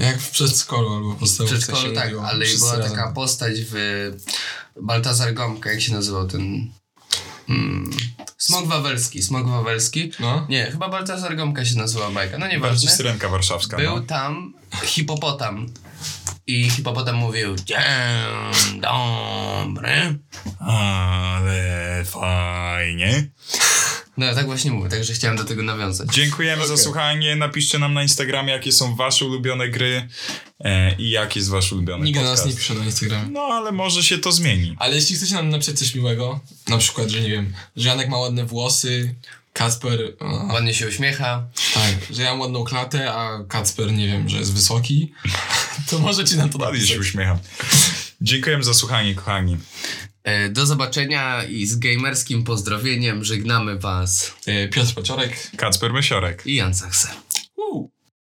C: Jak w przedszkolu albo w
A: w
C: podstawówce
A: przedszkolu,
C: się
A: tak,
C: robiło.
A: ale
C: Wszyscy
A: była
C: razem.
A: taka postać w Baltazar Gomka, jak się nazywał ten... Hmm. Smog Wawelski, Smog Wawelski.
C: No.
A: Nie, chyba Baltazar Gomka się nazywa bajka, no
B: Bardziej
A: nieważne.
B: syrenka warszawska.
A: Był
B: No.
A: tam hipopotam i hipopotam mówił Dzień dobry.
B: Ale fajnie.
A: No tak właśnie mówię, także chciałem do tego nawiązać.
B: Dziękujemy za słuchanie. Napiszcie nam na Instagramie, jakie są wasze ulubione gry e, i jaki jest wasz ulubiony
C: Nigdy do
B: podcast.
C: nas nie pisze na Instagramie.
B: No, ale może się to zmieni.
C: Ale jeśli chcecie nam napisać coś miłego, na przykład, że nie wiem, że Janek ma ładne włosy, Kacper, a,
A: Ładnie się uśmiecha.
C: tak, że ja mam ładną klatę, a Kacper, nie wiem, że jest wysoki, to możecie nam to
B: Bardziej
C: napisać.
B: się uśmiecham. Dziękujemy za słuchanie, kochani.
A: E, Do zobaczenia i z gamerskim pozdrowieniem żegnamy Was
C: E, Piotr Paciorek.
B: Kacper Mysiorek.
A: i Jan Sachse.
C: Woo!